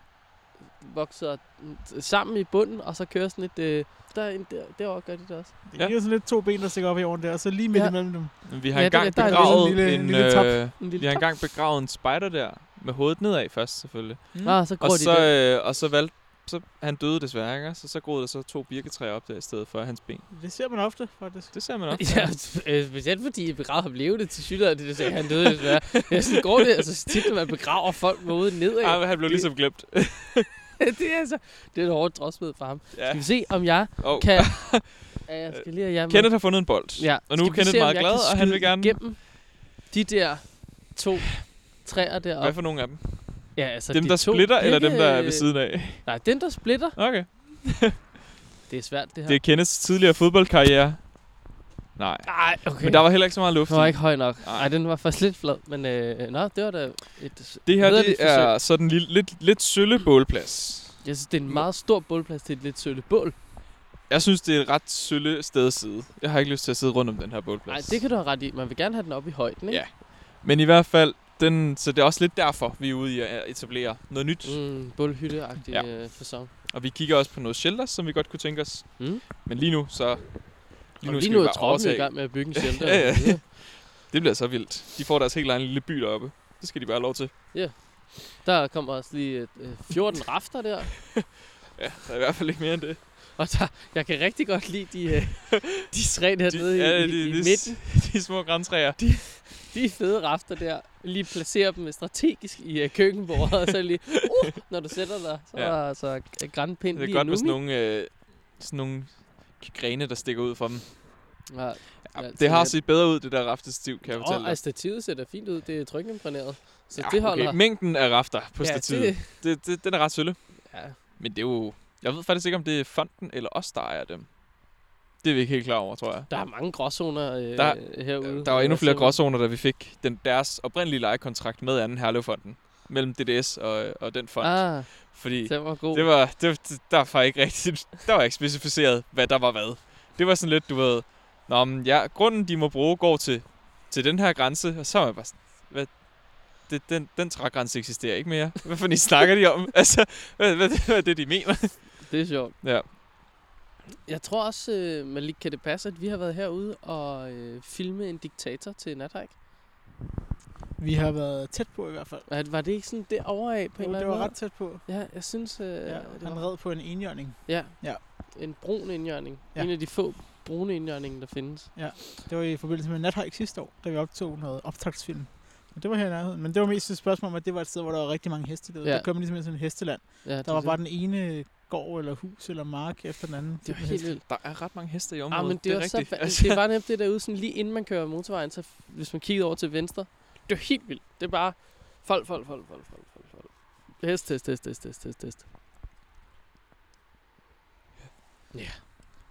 S1: vokser sammen i bunden, og så kører sådan et... Øh, der er en der, derovre gør de det også.
S3: Det er sådan lidt to ben, der stikker op i jorden der, og så lige midt
S1: Ja.
S3: ja. imellem dem.
S2: Men Vi har
S1: Ja,
S2: ja,
S1: det-
S2: engang
S1: der er en
S2: begravet en,
S3: lille-
S2: en,
S3: lille top.
S2: øh,
S1: En lille
S2: vi har engang begravet en spider der med hovedet nedad først selvfølgelig.
S1: Ah, så går
S2: Og
S1: de
S2: så,
S1: der.
S2: øh, og så valgte så han døde desværre, ikke? Så, så groede der så to birketræer op der i stedet for hans ben.
S3: Det ser man ofte, faktisk.
S2: Det ser man også.
S1: Ja, øh, specielt fordi I begravede ham levende til sygdom, det er det, han døde desværre. Jeg synes, går det, altså så tit, når man begraver folk med hovedet nedad.
S2: Ej, men han blev ligesom glemt.
S1: det er altså, det er et hårdt drossmed for ham.
S2: ja.
S1: Skal vi se, om jeg
S2: Og
S1: kan... Ja, jeg skal lige have jer med.
S2: Kenneth har fundet en bold.
S1: Ja.
S2: Og nu
S1: Skal
S2: er
S1: vi
S2: Kenneth
S1: se, om
S2: meget
S1: jeg
S2: glad,
S1: kan
S2: og han vil
S1: skyde
S2: gerne...
S1: Gennem de der to træer
S2: Hvad
S1: deroppe.
S2: for nogle af dem?
S1: Ja, altså
S2: Dem,
S1: de
S2: der
S1: to
S2: splitter, eller dem, der er ved
S1: birke-
S2: siden af?
S1: Nej, dem, der splitter.
S2: Okay.
S1: Det er svært, det her.
S2: Det er Kenneths tidligere fodboldkarriere. Nej.
S1: Nej, okay.
S2: Men der var heller ikke så meget luft
S1: den var
S2: i.
S1: ikke høj nok.
S2: Nej.
S1: Nej, den var faktisk lidt flad, men øh, nå, det var da et
S2: Det her det
S1: hæderligt forsøg.
S2: er sådan en lille, lidt, lidt sølle bålplads.
S1: Jeg synes, det er en meget stor bålplads til et lidt sølle bål.
S2: Jeg synes, det er et ret sølle sted at sidde. Jeg har ikke lyst til at sidde rundt om den her
S1: Nej,
S2: bålplads.
S1: det kan du have ret i. Man vil gerne have den op i højden, ikke?
S2: Ja. Men i hvert fald, den, så det er også lidt derfor, vi er ude i at etablere noget nyt. Mm.
S1: Mm, bålhytteagtig ja.
S2: Ja.
S1: øh, fasong.
S2: Og vi kigger også på noget shelter, som vi godt kunne tænke os.
S1: Mm.
S2: Men lige nu, så
S1: Lige nu, lige
S2: skal vi
S1: nu er
S2: bare
S1: troppen i
S2: overtage.
S1: gang med at bygge en shelter.
S2: Ja, ja.
S1: og så videre.
S2: Det bliver så vildt. De får deres helt egen lille by deroppe. Det skal de bare have lov til.
S1: Der kommer også lige øh, 14 rafter der.
S2: Ja, der er i hvert fald ikke mere end det.
S1: Og der, jeg kan rigtig godt lide de, øh, de træ dernede de, i,
S2: ja,
S1: i, i
S2: de,
S1: midten.
S2: de små græntræer.
S1: De fede rafter der. Lige placere dem strategisk i øh, køkkenbordet. Og så lige, uh, når du sætter dig, så
S2: Ja.
S1: ja. er der altså øh, grænpind
S2: Det er
S1: lige
S2: godt med
S1: en
S2: sådan
S1: umi.
S2: nogle, øh, sådan nogle grene, der stikker ud fra dem.
S1: Ja,
S2: Ja,
S1: Ja,
S2: det altså, har
S1: så-
S2: set bedre ud, det der raftestiv, kan jeg fortælle
S1: og
S2: dig.
S1: og stativet ser da fint ud. Det er trykimprægneret. Så det holder.
S2: Mængden af rafter på
S1: ja,
S2: stativet, det... Det, det, den er ret sølle.
S1: ja,
S2: Men det er jo... Jeg ved faktisk ikke, om det er fonden eller os, der ejer dem. Det er vi ikke helt klar over, tror jeg.
S1: der er mange gråzoner øh,
S2: Der-
S1: der, herude. Altså,
S2: Der var endnu flere
S1: Gråzoner.
S2: gråzoner, da vi fik den, deres oprindelige lejekontrakt med anden Herlevfonden. Mellem DDS og, og den fond. Ah,
S1: Ah,
S2: fordi
S1: den var god.
S2: det var, det, var- der var ikke rigtigt, der var ikke specificeret, hvad der var hvad. Det var sådan lidt, du ved, Nå, men ja, grunden de må bruge går til, til den her grænse, og så er man bare sådan, hvad, det, den, den trægrænse eksisterer ikke mere. Hvad for en snakker de om? Altså, hvad, hvad, hvad er det, de mener?
S1: Det er sjovt.
S2: Ja.
S1: Jeg tror også, øh, Malik, kan det passe, at vi har været herude og øh, filme en diktator til Nathajk?
S3: Vi har været tæt på i hvert fald.
S1: Var, var det ikke sådan derovre af på en
S3: Jo,
S1: eller
S3: det
S1: anden
S3: var
S1: måde?
S3: ret tæt på.
S1: Ja, jeg synes, øh,
S3: Ja,
S1: det
S3: han
S1: var...
S3: red på en enhjørning.
S1: Ja.
S3: Ja.
S1: En brun indjørning.
S3: Ja.
S1: Ja. En af de få brune indjørninger, der findes.
S3: Det var i forbindelse med Nathajk sidste år, da vi optog noget optagsfilm. Og det var her i nærheden. Men det var mest et spørgsmål om, at det var et sted, hvor der var rigtig mange heste. Ja.
S1: Ja.
S3: Der kom ligesom ind i sådan et hesteland.
S1: Ja, det
S3: Der var
S1: er
S3: bare
S1: det.
S3: den ene gård eller hus eller mark efter den anden.
S1: Det var helt vildt.
S2: Der er ret mange heste i området.
S1: Ah, men det, det, er så, altså. det var nemt det derude, sådan lige inden man kører motorvejen, så f- hvis man kiggede over til venstre, det var helt vildt. Det er bare folk, folk, folk, folk, folk, folk, folk. Hest, hest, hest, hest, hest, hest, hest.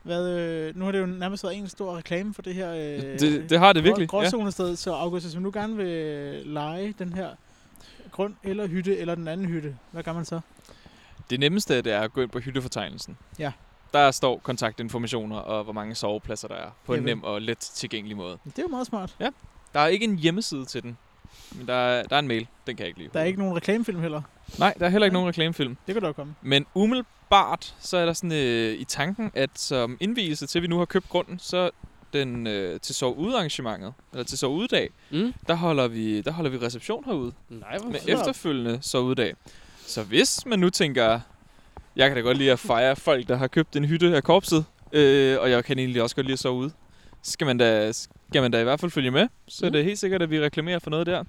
S3: Hvad, øh, nu har det jo nærmest været en stor reklame for det her øh,
S2: det, det har det virkelig.
S3: grå,
S2: Ja.
S3: gråzonested. Så August, hvis man nu gerne vil lege den her grund eller hytte eller den anden hytte, hvad gør man så?
S2: Det nemmeste det er at gå ind på hyttefortegnelsen.
S3: Ja.
S2: Der står kontaktinformationer og hvor mange sovepladser der er på en
S3: Jamen.
S2: nem og let tilgængelig måde.
S3: Det er jo meget smart.
S2: Der er ikke en hjemmeside til den, men der er, der er en mail. Den kan jeg ikke lide.
S3: Der er ikke nogen reklamefilm heller.
S2: Nej, der er heller ikke
S3: Nej.
S2: nogen reklamefilm.
S3: Det kan dog komme.
S2: Men umiddelbart, så er der sådan øh, i tanken, at som indvielse til, at vi nu har købt grunden, så den øh, til sovudearrangementet, eller til sovudedag,
S1: Mm.
S2: der holder vi, der holder vi reception herude.
S1: Nej, hvor
S2: Med
S1: fedt.
S2: efterfølgende sovudedag. Så hvis man nu tænker, jeg kan da godt lide at fejre folk, der har købt en hytte af korpset, øh, og jeg kan egentlig også godt lide at sove ude, så skal man da, skal man da i hvert fald følge med. Så mm.
S1: Mm.
S2: det er helt sikkert, at vi reklamerer for noget der.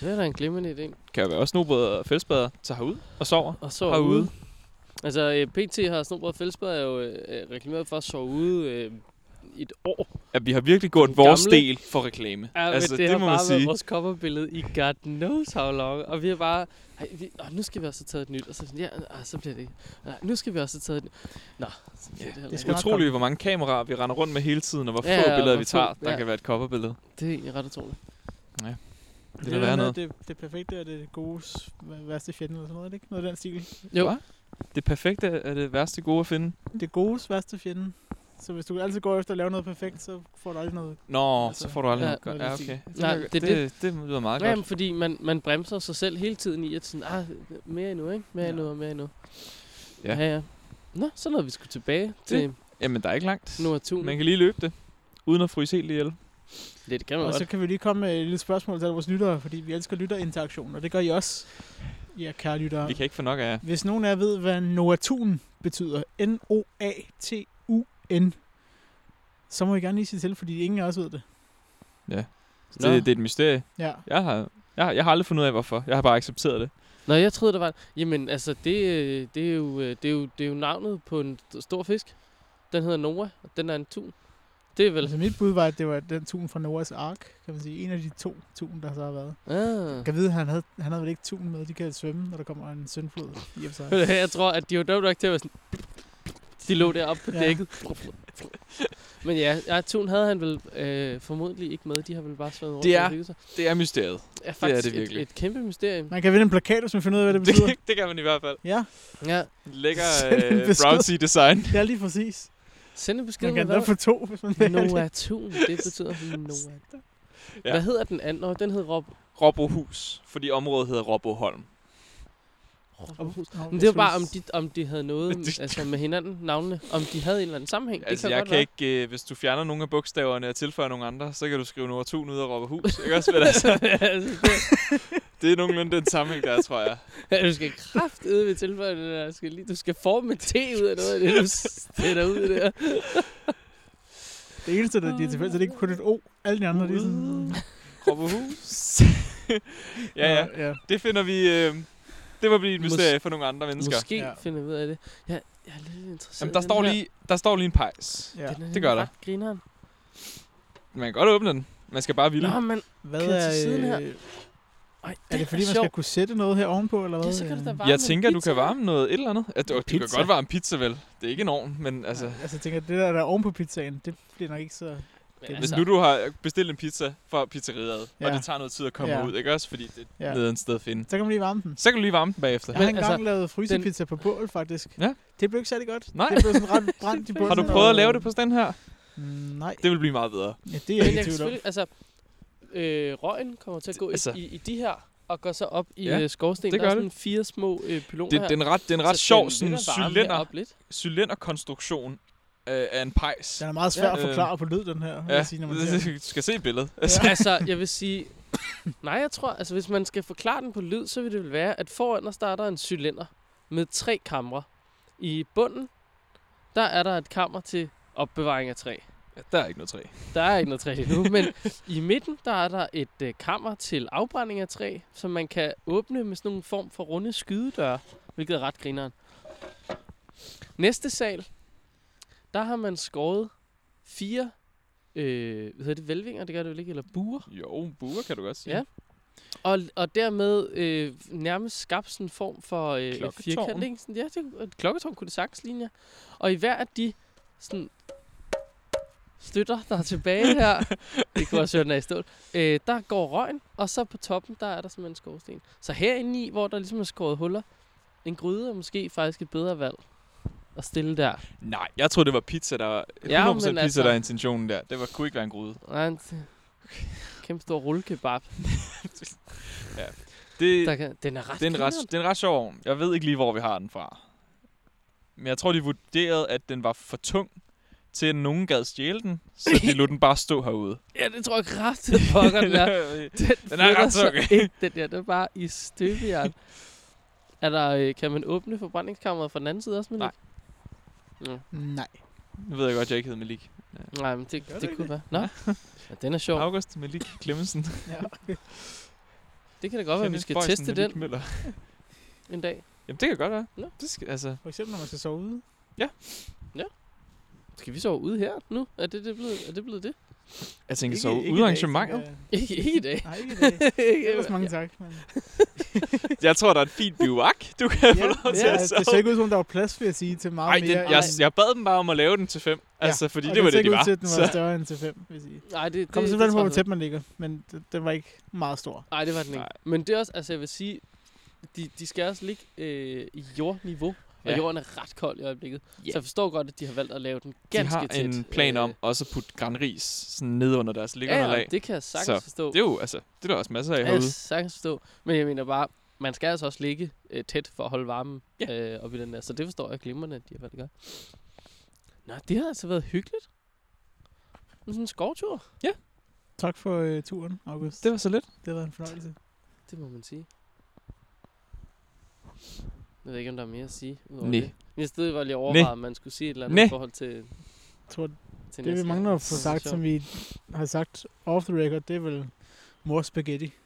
S1: Det er da en glimrende idé.
S2: kan jo være også snobrød og fællesbader, tager herud og sover.
S1: Og så
S2: Herude.
S1: ude. Altså, øh, PT har Snobrød Fællesbad er jo øh, øh, reklameret for at sove ude øh, et år.
S2: At vi har virkelig gjort
S1: Den
S2: vores
S1: gamle-
S2: del for reklame.
S1: Ja, altså, det, det har bare været vores coverbillede i God knows how long. Og vi har bare... Ej, vi, åh, nu skal vi også have taget et nyt. Og så, sådan, ja, ah, så bliver det ikke. Nej, nu skal vi også have taget et nyt. Nå, så bliver
S2: Ja,
S1: det heller
S3: det
S1: ikke.
S3: skal nok
S2: Utroligt, hvor mange kameraer vi render rundt med hele tiden, og hvor
S1: Ja,
S2: få
S1: ja,
S2: billeder
S1: hvor
S2: vi
S1: få-
S2: tager, der
S1: ja.
S2: kan være et coverbillede.
S1: Det er egentlig ret utroligt.
S2: Det er der være
S3: med,
S2: noget.
S3: Det, det perfekte er det gode værste fjende eller sådan noget, er det ikke? Noget af den stil.
S1: Jo.
S2: Hva? Det perfekte er det værste gode at finde.
S3: Det gode værste fjende. Så hvis du altid går efter at lave noget perfekt, så får du aldrig noget.
S2: Nå,
S3: Altså,
S2: så får du aldrig
S1: ja,
S2: noget godt.
S3: noget
S2: Ja,
S3: af det
S2: okay.
S1: Nej,
S2: det,
S1: det er
S2: det, det lyder meget
S1: Ja, Jamen,
S2: godt.
S1: fordi man, man bremser sig selv hele tiden i, at sådan, ah, mere endnu, ikke? Mere
S3: Ja.
S1: endnu og mere endnu.
S2: Ja.
S1: Ja, ja. Nå, så nåede vi skulle tilbage til
S2: Jamen, der er ikke langt.
S1: Nordtun.
S2: Man kan lige løbe det, uden at fryse helt ihjel.
S1: Det, det kan man
S3: Og så
S1: godt.
S3: kan vi lige komme med et lille spørgsmål til alle vores lyttere, fordi vi elsker lytterinteraktion, og det gør I også, ja, kære lyttere.
S2: Vi kan ikke få nok af jer.
S3: Hvis nogen af jer ved, hvad Noatun betyder, N-O-A-T-U-N, så må I gerne lige sige til, fordi ingen af os ved det.
S1: Nå.
S2: Det, det er et mysterie.
S3: Ja.
S2: Jeg har, jeg, har- jeg har aldrig fundet ud af, hvorfor. Jeg har bare accepteret det.
S1: Nå, jeg troede, der var... Jamen, altså, det, øh, det, er, jo, øh, det, er, jo, det er jo navnet på en st- stor fisk. Den hedder Noah, og den er en tun. Det er vel...
S3: Altså mit bud var, at det var den tun fra Noahs Ark, kan man sige. En af de to tun, der så har været.
S2: Mhm.
S1: Ah.
S3: Kan vide, han havde, han havde vel ikke tun med, de kan svømme, når der kommer en søndflod i og for sig.
S1: Jeg tror, at de var dumt nok til at være sådan... De lå deroppe på
S3: Ja.
S1: dækket. Men ja, ja, tun havde han vel øh, formodentlig ikke med. De har vel bare svømmet rundt.
S2: Det
S1: og
S2: er-
S1: hygget sig.
S2: Det er mysteriet.
S1: er faktisk det er det
S2: virkelig.
S1: et, et kæmpe mysterium.
S3: Man kan vinde en plakat, hvis man finder ud af, hvad det
S2: Det,
S3: betyder.
S2: det kan man i hvert fald.
S3: Ja,
S1: Ja,
S2: Lækker
S3: Send en
S2: øh,
S3: besked.
S2: browsy design.
S3: det er lige præcis.
S1: send en besked
S3: Man
S1: med,
S3: kan
S1: hvad
S3: da få to, hvis man vil.
S1: Noah Thun, det betyder Noah.
S2: Ja.
S1: Ja. Hvad hedder den anden? Nå, den hed Rob.
S2: Robohus, fordi området hedder Roboholm.
S1: Rådhus.
S3: Nå,
S1: Men
S3: jeg
S1: det var
S3: troede,
S1: bare, om de, om de havde noget altså med hinanden, navnene. Om de havde en eller anden sammenhæng. Det
S2: Altså,
S1: kan
S2: jeg
S1: godt
S2: kan ikke, øh, hvis du fjerner nogle af bogstaverne og tilføjer nogle andre, så kan du skrive nummer 2 ud af Råberhus. Ikke også? Men altså,
S1: være. altså, det,
S2: det er nogenlunde den sammenhæng, der er, tror jeg.
S1: ja, du skal kraftedeme ved tilføje det der. Du skal, lige, du skal forme et T ud af noget af det, du stiller ud der.
S3: Det eneste, der de er tilfælde, så det er ikke kun et O. Alle de andre, det er sådan...
S2: Råberhus. ja, ja.
S3: ja.
S2: Det finder vi... Øh, det må blive et
S1: Mås-
S2: mysterie for nogle andre mennesker.
S1: Måske
S3: Ja.
S1: ja. finder vi ud af det. Jeg, jeg er lidt interesseret.
S2: Jamen, der
S1: i den
S2: står,
S1: her.
S2: lige, der står lige en pejs.
S3: ja.
S1: Den er
S2: det gør der.
S1: ret Grineren.
S2: Man kan godt åbne den. Man skal bare ville.
S1: Nå, men...
S3: Hvad
S1: Kan jeg
S3: er...
S1: til siden her?
S3: øh,
S1: Ej,
S3: Er det fordi, man
S1: sjov.
S3: skal kunne sætte noget her ovenpå, eller hvad?
S1: Ja, så kan du da varme
S2: Jeg tænker,
S1: en
S2: du kan
S1: pizza.
S2: varme noget et eller andet. Ja, du, du kan
S1: Pizza.
S2: godt varme pizza, vel? Det er ikke en ovn, men altså...
S3: Altså, altså tænker, jeg, det der, der er ovenpå pizzaen, det bliver nok ikke så...
S1: Men altså,
S2: Hvis nu du har bestilt en pizza fra pizzeriet, ja. og
S3: Altså- Ja.
S2: det tager noget tid at komme
S3: Ja.
S2: ud, ikke også? Fordi det
S3: Ja.
S2: er nede en sted at finde.
S3: Så kan man lige varme den.
S2: Så kan du lige varme den bagefter.
S3: Jeg
S1: Men
S3: har engang
S1: altså,
S3: altså, lavet frysepizza på bål, faktisk.
S2: Ja.
S3: Det blev ikke særlig godt.
S2: Nej.
S3: Det blev sådan ret brændt i bunden.
S2: Har du
S3: og-
S2: prøvet at lave det på den her?
S3: Mm, Nej,
S2: Det vil blive meget bedre.
S3: ja, det er
S1: Men
S3: jeg
S1: jeg kan
S3: ikke i tvivl om.
S1: selvfølgelig, altså, øh, røgen kommer til at gå altså,
S2: altså-
S1: i, i de her, og går så op i
S2: Ja,
S1: ja, skorstenen.
S2: det
S1: Der er
S2: gør det.
S1: sådan fire små øh, pyloner
S2: Det,
S1: her.
S2: det er en ret, det er en ret
S1: Så
S2: sjov
S1: den
S2: sådan,
S1: vil da varme
S2: cylinder,
S1: herop lidt.
S2: cylinderkonstruktion øh, af en pejs.
S3: Den er meget svær
S1: Ja.
S3: at forklare på lyd, den her. vil
S2: øh, Ja,
S3: jeg sige, når man ser den.
S2: du skal se billedet.
S1: altså, jeg vil sige... Nej, jeg tror, altså hvis man skal forklare den på lyd, så vil det vel være, at foran der starter en cylinder med tre kamre. I bunden, der er der et kammer til opbevaring af træ.
S2: Ja, der er ikke noget træ.
S1: Der er ikke noget træ lige nu, men i midten, der er der et øh, kammer til afbrænding af træ, som man kan åbne med sådan en form for runde skydedøre, hvilket er ret grineren. Næste sal, der har man skåret fire, øh, hvad hedder det, velvinger, det gør det vel ikke, eller buer,
S2: Jo, en buer kan du godt sige.
S1: Ja. og, og dermed øh, nærmest skabt sådan en form for øh, et
S2: Klokketårn.
S1: firkant. Ikke? Sådan, ja, det, et klokketårn kunne det sagtens ligne, ja. Og i hver af de sådan, støtter, der er tilbage her, det kunne også høre, den er i stål, øh, der går røgen, og så på toppen, der er der simpelthen en skorsten. Så herinde i, hvor der ligesom er skåret huller, en gryde er måske faktisk et bedre valg at stille der.
S2: Nej, jeg troede, det var pizza, der var 100%
S1: Ja, men
S2: pizza,
S1: altså-
S2: der er intentionen der. Det var, kunne ikke være en gryde.
S1: Nej, en øh, kæmpe stor rullekebab.
S2: Det,
S1: Der kan, den er ret
S2: det, er en ret,
S1: grineren.
S2: det er en ret sjov ovn. Jeg ved ikke lige, hvor vi har den fra. Men jeg tror, de vurderede, at den var for tung til, at nogen gad stjæle den, så de lod den bare stå herude.
S1: Ja, det tror jeg kraftigt, pokker den er. Den,
S2: Den er ret
S1: flytter
S2: tung.
S1: sig ikke, den der. Den er bare i støbejern. er der, øh, kan man åbne forbrændingskammeret fra den anden side også, Malik?
S2: Nej.
S1: Mm.
S3: Nej.
S2: Nu ved jeg godt, jeg ikke hedder Malik.
S1: Nej, men det,
S3: Gør
S1: det,
S3: det
S1: det
S3: ikke
S1: kunne være. Nå, ja, den er sjov.
S2: August Malik Clemmensen.
S3: Ja.
S1: Det kan da godt være, at vi
S2: Kenneth
S1: skal
S2: Boisen,
S1: teste
S2: Malik
S1: den
S2: Møller.
S1: en dag.
S2: Jamen, det kan godt være.
S1: Nå.
S2: Det skal, altså,
S3: For eksempel, når man skal sove ude.
S1: Skal vi sove ude her nu? Er det, det, blevet, er det blevet det?
S2: jeg tænker
S3: Ikke-
S2: så
S3: ikke i
S2: ude
S3: dag,
S2: arrangementet.
S3: tænker jeg.
S1: Ikke, ikke i dag.
S3: Nej, ikke i dag. Ellers mange
S1: Ja.
S3: tak. Men,
S2: Jeg tror, der er et fint bivak, du kan få lov til
S3: ja,
S2: at
S3: altså,
S2: sove.
S3: det ser ikke ud som, om der var plads, vil jeg sige, til meget
S2: Ej,
S3: mere.
S2: den, jeg, jeg bad dem bare om at lave den til 5.
S3: Ja,
S2: Altså, fordi
S3: og
S2: det var
S3: ser
S2: det, de
S3: ikke
S2: var.
S3: ud til, at den var
S2: Så
S3: større end til 5, vil jeg sige.
S1: Nej, det,
S3: Kom
S1: det,
S3: simpelthen på,
S1: tror
S3: hvor
S1: jeg
S3: tæt man ligger, men d- den var ikke meget stor.
S1: Nej, det var den ikke.
S2: Nej.
S1: Men det er også, altså jeg vil sige, de, de skal også ligge øh, i jordniveau, og
S2: Ja.
S1: jorden er ret kold i øjeblikket.
S2: Ja.
S1: Så jeg forstår godt, at de har valgt at lave den
S2: de
S1: ganske
S2: har
S1: tæt.
S2: en plan
S1: øh,
S2: om også at putte granris sådan ned under deres
S1: Ja, ja,
S2: liggeunderlag.
S1: det kan jeg sagtens
S2: Så
S1: forstå.
S2: Det er jo, altså, det er der også masser af
S1: Jeg kan
S2: herude.
S1: sagtens forstå. Men jeg mener bare, man skal altså også ligge øh, tæt for at holde varmen
S2: Ja.
S1: øh, op i den der. Så det forstår jeg glimrende, at de har valgt at gøre. Nå, det har altså været hyggeligt. En sådan en skovtur,
S3: Tak for øh, turen, August.
S2: Det var så lidt.
S3: Det har været en fornøjelse.
S1: det må man sige. Jeg ved ikke, om der er mere at sige udover
S2: Næ.
S1: det. Jeg stod bare lige overvejet, om man skulle sige et eller andet
S2: Næ.
S1: i forhold til,
S3: Jeg tror,
S1: til
S3: det vi
S1: næste
S3: mangler
S1: gang.
S3: at få
S1: Så
S3: sagt,
S1: sjovt.
S3: som vi har sagt off the record, det er vel mor spaghetti.